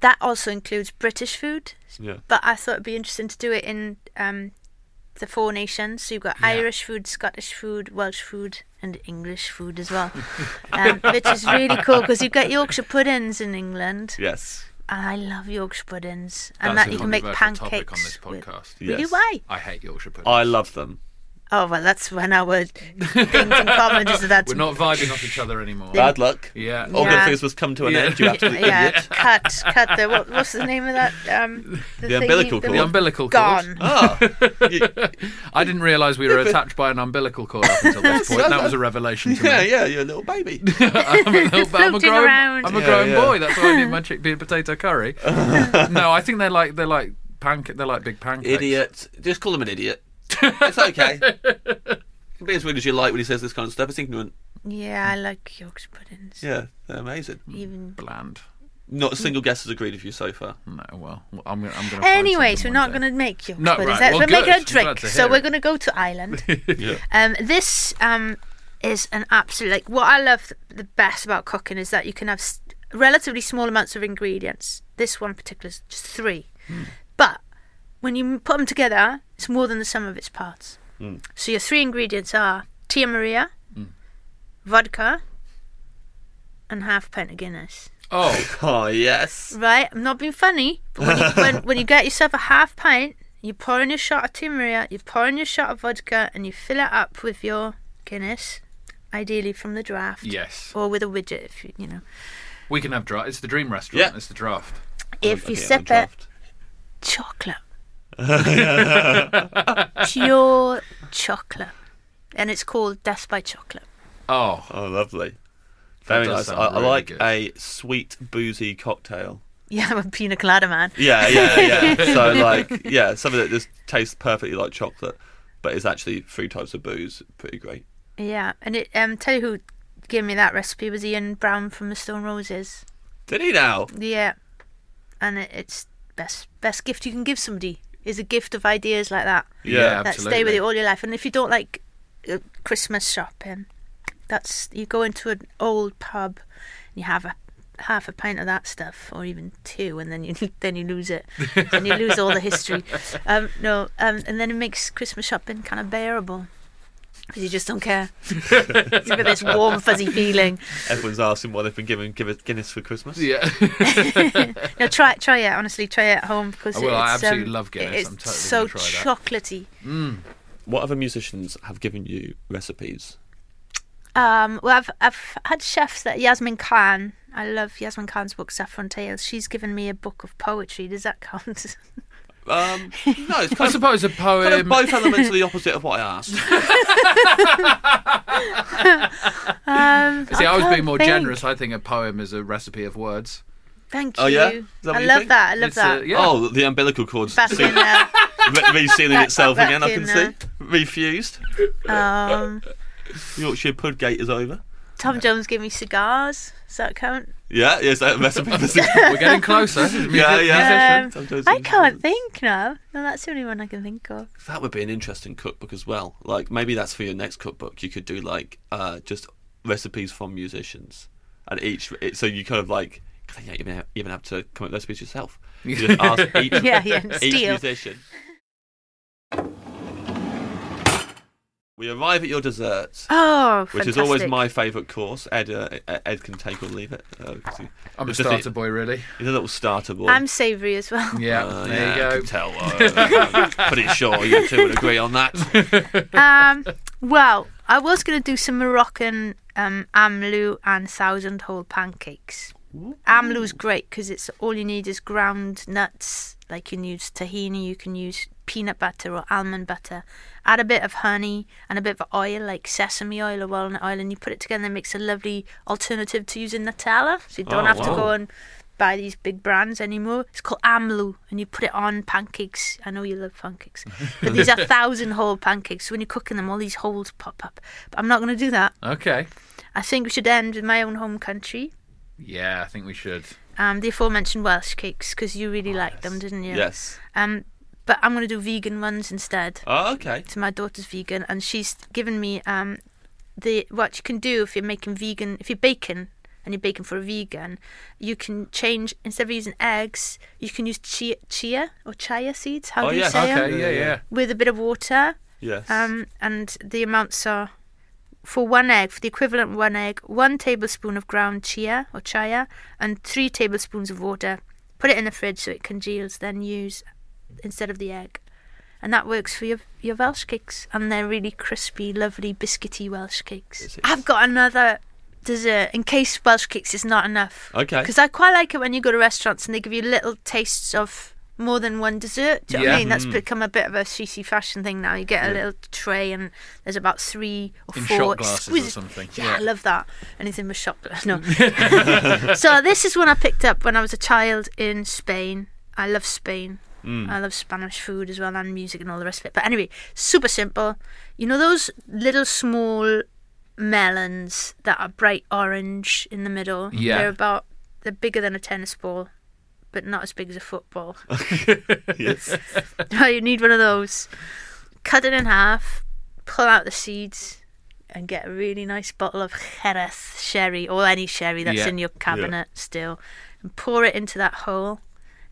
E: that also includes British food.
D: Yeah.
E: But I thought it'd be interesting to do it in um, the four nations. So you've got Irish food, Scottish food, Welsh food, and English food as well, um, which is really cool because you've got Yorkshire puddings in England,
D: yes.
E: and I love Yorkshire puddings, and
C: That's
E: that
C: a
E: you can make
C: controversial topic
E: pancakes.
C: on this
E: with-
C: podcast.
E: Really?
D: Yes.
E: Why?
C: I hate Yorkshire pudding.
D: I love them.
E: Oh well, that's when our things in common is that
C: We're not vibing off each other anymore.
D: Bad luck.
C: Yeah.
D: All good
E: Yeah.
D: things must come to an
C: Yeah.
D: end, you absolute
E: yeah,
D: idiot.
E: cut, cut. The what, what's the name of that? Um, the, thingy-
D: umbilical
C: The
D: cord.
C: umbilical cord.
E: Gone.
D: Ah, you-
C: I didn't realise we were attached by an umbilical cord up until this point. That was a revelation to me.
D: yeah, yeah, you're a little baby.
C: I'm a, little, but I'm a
E: Floating
C: grown,
E: around.
C: I'm a
D: Yeah,
C: grown
D: yeah.
C: boy. That's why I need my chickpea and potato curry. no, I think they're like they're like pancake. They're like big pancakes.
D: idiot. Just call him an idiot. It's okay. It can be as rude as you like when he says this kind of stuff. It's ignorant.
E: Yeah, I like Yorkshire puddings.
D: Yeah, they're amazing.
E: Even.
C: Bland.
D: Not a single guest has agreed with you so far.
C: No, well, I'm gonna. I'm gonna
E: Anyways, we're not going to make Yorkshire
C: No,
E: puddings.
C: right.
E: That's-
C: Well,
E: we're making
C: good.
E: a
C: I'm glad
E: drink,
C: to
E: so
C: hear
E: we're
C: it.
E: going to go to Ireland.
D: Yeah.
E: Um, this um, is an absolute like what I love th- the best about cooking is that you can have s- relatively small amounts of ingredients. This one particular is just three,
C: Hmm.
E: but when you m- put them together, it's more than the sum of its parts.
C: Hmm.
E: So your three ingredients are Tia Maria, vodka, and half pint of Guinness.
C: Oh,
D: Oh, yes.
E: Right? I'm not being funny, but when you, when, when you get yourself a half pint, you pour in your shot of Tia Maria, you pour in your shot of vodka, and you fill it up with your Guinness, ideally from the draft.
C: yes.
E: Or with a widget, if you, you know.
C: We can have draft. It's the dream restaurant.
D: Yeah.
C: It's the draft.
E: If you
D: Okay,
E: sip it,
D: undraft.
E: chocolate. Pure chocolate. And it's called Death by Chocolate.
C: Oh,
D: Oh, lovely. Very
C: does
D: nice.
C: sound
D: I, I
C: really
D: like
C: good.
D: a sweet, boozy cocktail.
E: Yeah, I'm a pina colada man.
D: Yeah, yeah, yeah. so, like, yeah, something that just tastes perfectly like chocolate, but is actually three types of booze. Pretty great.
E: Yeah, and it um tell you who gave me that recipe was Ian Brown from the Stone Roses.
D: Did he now?
E: Yeah, and it, it's best best gift you can give somebody is a gift of ideas like that
D: Yeah.
E: that
C: absolutely.
E: stay with you all your life. And if you don't like uh, Christmas shopping, that's you go into an old pub and you have a half a pint of that stuff or even two and then you then you lose it and you lose all the history um no um and then it makes christmas shopping kind of bearable because you just don't care you've got this warm fuzzy feeling
D: Everyone's asking why they've been given Guinness Guinness for Christmas.
C: Yeah.
E: No, try it, try it. Honestly, try it at home because
C: I will,
E: It's,
C: I absolutely
E: um,
C: love Guinness.
E: It's
C: I'm totally
E: so
C: gonna try
E: chocolatey.
D: What other musicians have given you recipes?
E: Um, well, I've I've had chefs that Yasmin Khan. I love Yasmin Khan's book Saffron Tales. She's given me a book of poetry. Does that count?
D: Um, no, it's
C: I
D: kind of um,
C: suppose a poem.
D: Kind of both elements are the opposite of what I asked.
E: um,
C: See, I was
E: can't
C: being more
E: think.
C: generous. I think a poem is a recipe of words.
E: Thank you.
D: Oh, yeah? Is that what
E: I
D: you
E: love
D: think?
E: that. I love
C: It's, uh,
E: that.
C: yeah.
D: Oh, the umbilical cord's
E: Back uh, in there.
D: re- resealing
E: Back-
D: itself
E: back
D: again. I
E: in
D: can
E: there.
D: see. Refused.
E: Um,
D: Yorkshire Pudgate is over.
E: Tom Jones gave me cigars. Does that count?
D: Yeah, yes, that recipe for
C: We're getting closer.
D: Yeah, yeah.
E: Um,
D: Sometimes
E: I
D: it's-
E: can't think now. No, that's the only one I can think of.
D: That would be an interesting cookbook as well. Like maybe that's for your next cookbook. You could do like uh, just recipes from musicians, and each it, so you kind of like 'cause you don't even have, you even have to come up with recipes yourself. You just ask each,
E: Yeah, yeah, and
D: each
E: steal.
D: musician. We arrive at your desserts,
E: Oh,
D: which is
E: fantastic.
D: always my favourite course. Ed uh, Ed can take or leave it. Uh, 'cause he-
C: I'm a
D: it's just
C: starter boy, really.
D: He's a little starter boy.
E: I'm savoury as well.
C: Yeah,
D: Uh,
C: there
D: yeah,
C: you go.
D: I can tell. Uh, I'm pretty sure you two would agree on that.
E: um, well, I was going to do some Moroccan um, amlu and thousand hole pancakes. Amlu's great because it's all you need is ground nuts. Like you can use tahini, you can use peanut butter or almond butter. Add a bit of honey and a bit of oil, like sesame oil or walnut oil, and you put it together. and It makes a lovely alternative to using Nutella. So you don't
D: Oh,
E: have to
D: wow.
E: go and buy these big brands anymore. It's called Amlu, and you put it on pancakes. I know you love pancakes, but these are thousand hole pancakes. So when you're cooking them, all these holes pop up. But I'm not going to do that.
C: Okay.
E: I think we should end with my own home country,
C: Yeah, I think we should.
E: um, the aforementioned Welsh cakes, because you really liked them, didn't you?
D: Oh, Yes.
E: Um, but I'm going to do vegan ones instead.
D: Oh, okay.
E: So my daughter's vegan, and she's given me um, the what you can do if you're making vegan, if you're baking and you're baking for a vegan, you can change instead of using eggs, you can use chia, chia or chia seeds. How
D: Oh,
E: do you
D: yes.
E: say 'em?
C: Okay, yeah, yeah.
E: With a bit of water,
D: Yes.
E: um, and the amounts are for one egg, for the equivalent of one egg, one tablespoon of ground chia or chia, and three tablespoons of water. Put it in the fridge so it congeals. Then use instead of the egg, and that works for your your Welsh cakes. And they're really crispy, lovely, biscuity Welsh cakes. I've got another dessert in case Welsh cakes is not enough.
D: Okay.
E: Because I quite like it when you go to restaurants and they give you little tastes of more than one dessert. Do you know what
C: Yeah.
E: I mean? That's become a bit of a CC fashion thing now. You get a little tray and there's about three or
C: In
E: four
C: shot glasses or
E: exquisite-
C: something.
E: Yeah,
C: Yeah.
E: I love that. Anything with shot glass. No. so this is one I picked up when I was a child in Spain. I love Spain.
C: Hmm.
E: I love Spanish food as well and music and all the rest of it. But anyway, super simple. You know those little small melons that are bright orange in the middle.
C: Yeah.
E: They're about they're bigger than a tennis ball, but not as big as a football.
D: yes.
E: Oh, you need one of those. Cut it in half, pull out the seeds, and get a really nice bottle of Jerez sherry or any sherry that's
C: Yeah,
E: in your cabinet still, and pour it into that hole,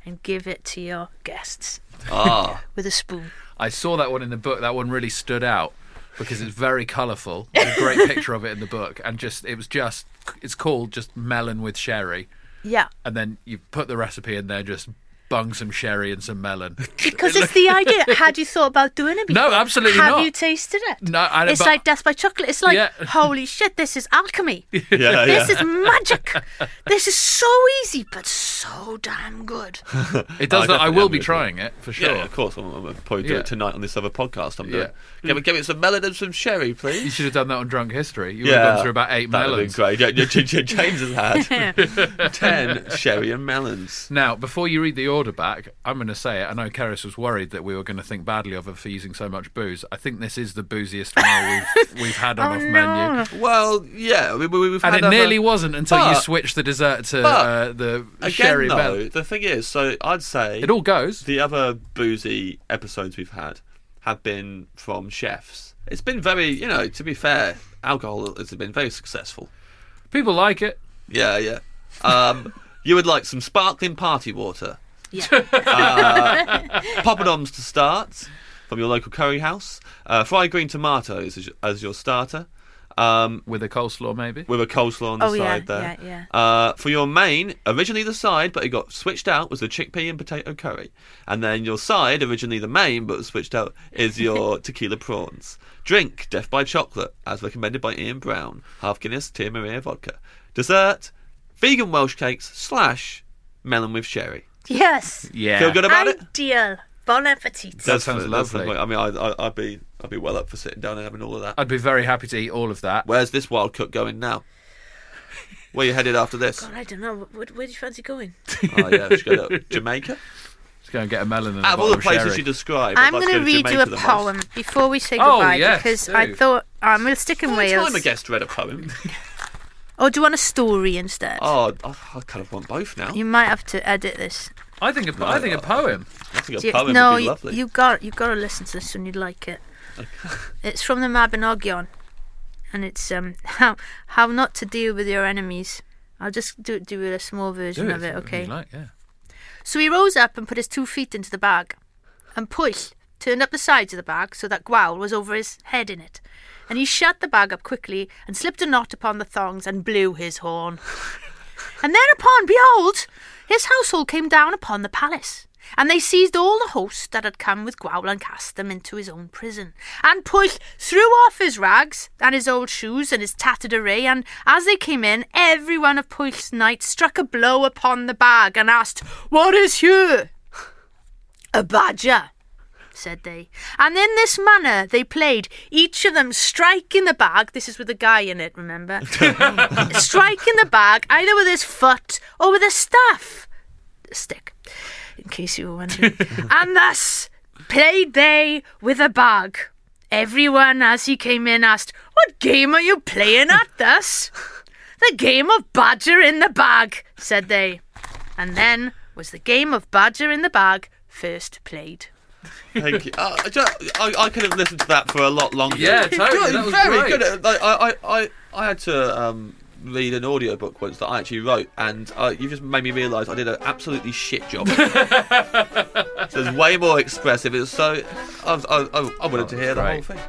E: and give it to your guests
D: Ah,
E: with a spoon.
C: I saw that one in the book. That one really stood out because it's very colourful. There's a great picture of it in the book, and just it was just it's called just melon with sherry,
E: Yeah,
C: and then you put the recipe in there, just bung some sherry and some melon.
E: because it's the idea. Had you thought about doing it?
C: No,
E: before?
C: absolutely
E: Have
C: not.
E: you tasted it?
C: No, I-
E: it's
C: but-
E: like death by chocolate. It's like
C: Yeah.
E: holy shit, this is alchemy.
D: Oh, yeah,
E: This
D: yeah.
E: is magic. this is so easy, but so damn good.
C: It does.
D: I
C: look- I,
D: definitely
C: will
D: am
C: be
D: with you.
C: trying it for
D: Yeah,
C: sure.
D: of course. I'm, I'm probably do
C: Yeah.
D: it tonight on this other podcast. I'm
C: Yeah.
D: doing. Give me, give me some melon and some sherry,
C: You
D: please.
C: should have done that on Drunk History. You would have gone through about eight
D: that'd
C: melons.
D: Be great. Yeah, yeah, J- J- James has had ten sherry and melons.
C: Now, before you read the order back, I'm going to say it. I know Keris was worried that we were going to think badly of her for using so much booze. I think this is the booziest meal we've, we've had on
E: Oh,
C: off
E: no.
C: menu.
D: Well, yeah, we, we, we've
C: And
D: had
C: it
D: other-
C: nearly wasn't until you
D: But-
C: switched the dessert to
D: but,
C: uh, the
D: Again,
C: sherry
D: though,
C: bell.
D: the thing is, so I'd say
C: It all goes.
D: the other boozy episodes we've had have been from chefs. It's been very, you know, to be fair, alcohol has been very successful.
C: People like it.
D: Yeah, yeah. Um, you would like some sparkling party water.
E: Yeah.
D: Poppadoms to start from your local curry house. Uh, fried green tomatoes as, as your starter. Um,
C: With a coleslaw, maybe.
D: with a coleslaw on the
E: Oh, yeah,
D: side there.
E: yeah,
D: Uh, for your main, originally the side, but it got switched out, was the chickpea and potato curry. And then your side, originally the main, but was switched out, is your tequila prawns. Drink, Death by Chocolate, as recommended by Ian Brown. Half Guinness, Tia Maria vodka. Dessert, vegan Welsh cakes slash melon with sherry.
E: Yes.
C: Yeah.
D: Feel good about it?
E: Ideal. Bon appetit.
C: That sounds
D: that's the
C: lovely.
D: point. I mean, I, I, I'd be I'd be well up for sitting down and having all of that.
C: I'd be very happy to eat all of that.
D: Where's this wild cook going now? Where you headed after this?
E: God, I don't know. Where, where do you fancy going?
D: oh yeah, we should go to Jamaica.
C: Just go and get a melon and a
D: Out of
C: bottle
D: all the
C: of
D: places
C: sherry.
D: you describe,
E: I'm
D: going to go to
E: read you
D: Jamaica
E: a
D: the most.
E: poem before we say
C: Oh,
E: goodbye
C: yes,
E: because
C: do.
E: I thought um, we'll stick in
D: One
E: Wales.
D: time a guest read a poem.
E: Or do you want a story instead?
D: Oh, I, I kind of want both now.
E: You might have to edit this.
I: I think a, I think a poem.
D: I think
E: Do you-
D: a poem
E: no,
D: would be
E: you-
D: lovely.
E: you got you got to listen to this and you'd like it. it's from the Mabinogion, and it's um how how not to deal with your enemies. I'll just do do a small version of it, okay?
I: yeah.
E: So he rose up and put his two feet into the bag, and Puig turned up the sides of the bag so that Gwawl was over his head in it. And he shut the bag up quickly and slipped a knot upon the thongs and blew his horn. and thereupon, behold, his household came down upon the palace. And they seized all the host that had come with Gwawl and cast them into his own prison. And Puig threw off his rags and his old shoes and his tattered array, and as they came in, every one of Puig's knights struck a blow upon the bag and asked, What is here? A badger, said they. And in this manner they played, each of them striking the bag. This is with a guy in it, remember? striking the bag either with his foot or with a staff. Stick, in case you were wondering. and thus played they with a bag. Everyone, as he came in, asked, What game are you playing at thus? The game of badger in the bag, said they. And then was the game of badger in the bag first played.
D: Thank you. Uh, I, just- I, I could have listened to that for a lot longer.
I: Yeah, totally.
D: Good,
I: That was
D: very
I: great.
D: good. at- Like, I, I, I, I had to um, read an audiobook once that I actually wrote, and uh, you just made me realise I did an absolutely shit job. so it's way more expressive. It's so. I, was, I, I, I wanted to hear the whole
I: great.
D: thing.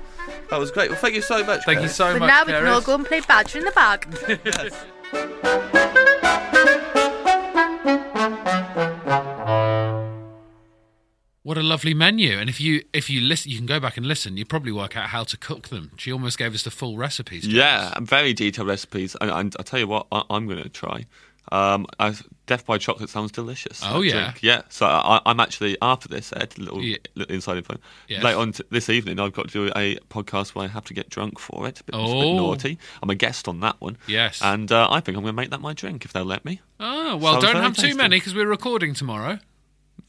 D: That was great. Well, thank you so much.
I: Thank you so
E: But
I: much.
E: now we can all
I: Keris.
E: go and play badger in the bag.
C: What a lovely menu! And if you if you listen, you can go back and listen. You probably work out how to cook them. She almost gave us the full recipes. James.
D: Yeah, and very detailed recipes. And, and I'll tell you what, I, I'm going to try. Um, I, Death by Chocolate sounds delicious.
C: Oh,
D: That
C: yeah.
D: drink. yeah. So I, I'm actually after this, Ed, little,
C: Ye-
D: little inside info.
C: Yes.
D: Later on t- this evening, I've got to do a podcast where I have to get drunk for it. A bit, it's a bit
C: Oh.
D: naughty. I'm a guest on that one.
C: Yes.
D: And uh, I think I'm going to make that my drink if they'll let me.
C: Oh well,
D: Sounds
C: don't
D: very
C: have too
D: tasty.
C: many because we're recording tomorrow.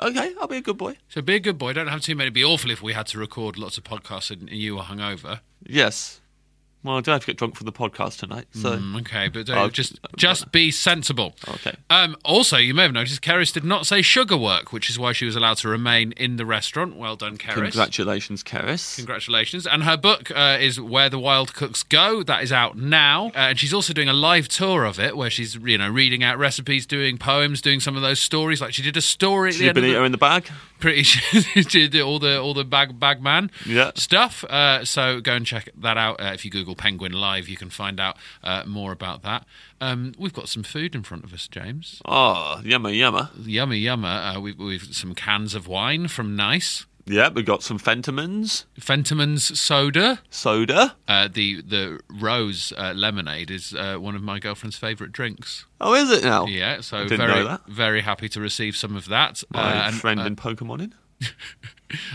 D: Okay, I'll be a good boy.
C: So be a good boy. Don't have too many. It'd be awful if we had to record lots of podcasts and you were hungover.
D: Yes. Well, I do have to get drunk for the podcast tonight. So
C: Mm, okay, but don't-
D: I'll-
C: just just be sensible.
D: Okay.
C: Um, also, you may have noticed Keris did not say sugar work, which is why she was allowed to remain in the restaurant. Well done, Keris.
D: congratulations, Keris.
C: Congratulations. And her book uh, is Where the Wild Cooks Go. That is out now. Uh, and she's also doing a live tour of it where she's, you know, reading out recipes, doing poems, doing some of those stories. Like she did a story at
D: Is
C: the
D: your
C: end of
D: bonito
C: the-
D: in the bag?
C: pretty sure she did all the all the bag bag man
D: Yeah.
C: stuff. Uh, so go and check that out. Uh, if you Google Penguin Live, you can find out uh, more about that. Um, we've got some food in front of us, James.
D: Oh, yumma yumma.
C: Yummy, yumma. Uh, we've, we've some cans of wine from Nice.
D: Yeah, we've got some Fentimans,
C: Fentimans soda.
D: soda.
C: Uh, the the rose uh, lemonade is uh, one of my girlfriend's favourite drinks.
D: Oh, is it now?
C: Yeah, so
D: I didn't
C: very
D: know that.
C: very happy to receive some of that.
D: My
C: and,
D: friend
C: uh,
D: in Pokemon in.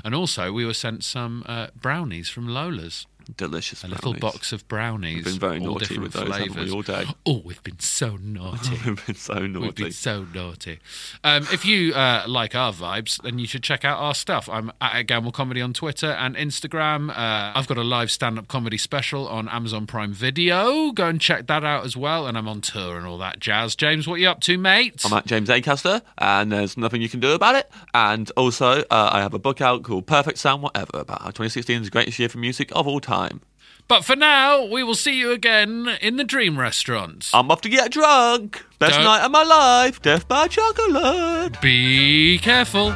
C: and also we were sent some uh, brownies from Lola's.
D: Delicious.
C: a little
D: brownies.
C: box of brownies.
D: We've been very
C: all
D: naughty
C: different
D: with those, haven't we,
C: flavours.
D: all day?
C: Oh, we've been so naughty.
D: We've been so naughty.
C: We've been so naughty. Um, if you uh, like our vibes, then you should check out our stuff. I'm at Gamble Comedy on Twitter and Instagram. Uh, I've got a live stand up comedy special on Amazon Prime Video. Go and check that out as well. And I'm on tour and all that jazz. James, what are you up to, mate?
D: I'm at James Acaster, and there's nothing you can do about it. And also, uh, I have a book out called Perfect Sound Whatever about how 2016 is the greatest year for music of all time.
C: but for now, we will see you again in the Dream Restaurant.
D: I'm off to get drunk. Best
C: Don't-
D: night of my life. Death by chocolate.
C: Be careful.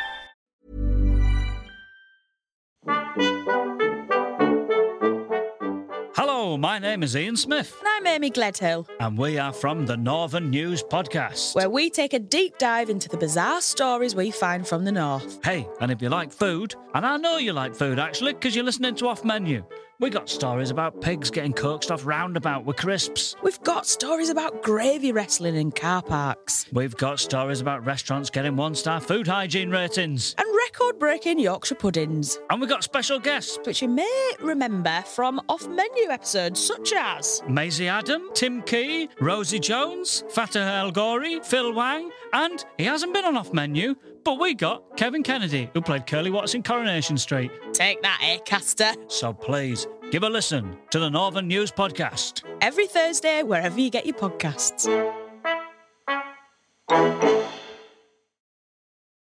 J: Hello, my name is Ian Smith,
K: And I'm Amy Gledhill,
J: and we are from the Northern News Podcast.
K: where we take a deep dive into the bizarre stories we find from the North.
J: Hey, and if you like food, and I know you like food actually, because you're listening to Off Menu, we got stories about pigs getting coaxed off roundabout with crisps.
K: We've got stories about gravy wrestling in car parks
J: We've got stories about restaurants getting one star food hygiene ratings.
K: and record breaking Yorkshire puddings,
J: And we got special guests,
K: which you may remember from off menu episodes such as.
J: Maisie Adam, Tim Key, Rosie Jones, Fatah El Ghori, Phil Wang, and he hasn't been on off menu, but we got Kevin Kennedy, who played Curly Watts in Coronation Street.
K: Take that, eh, Caster?
J: So please give a listen to the Northern News Podcast.
K: Every Thursday, wherever you get your podcasts.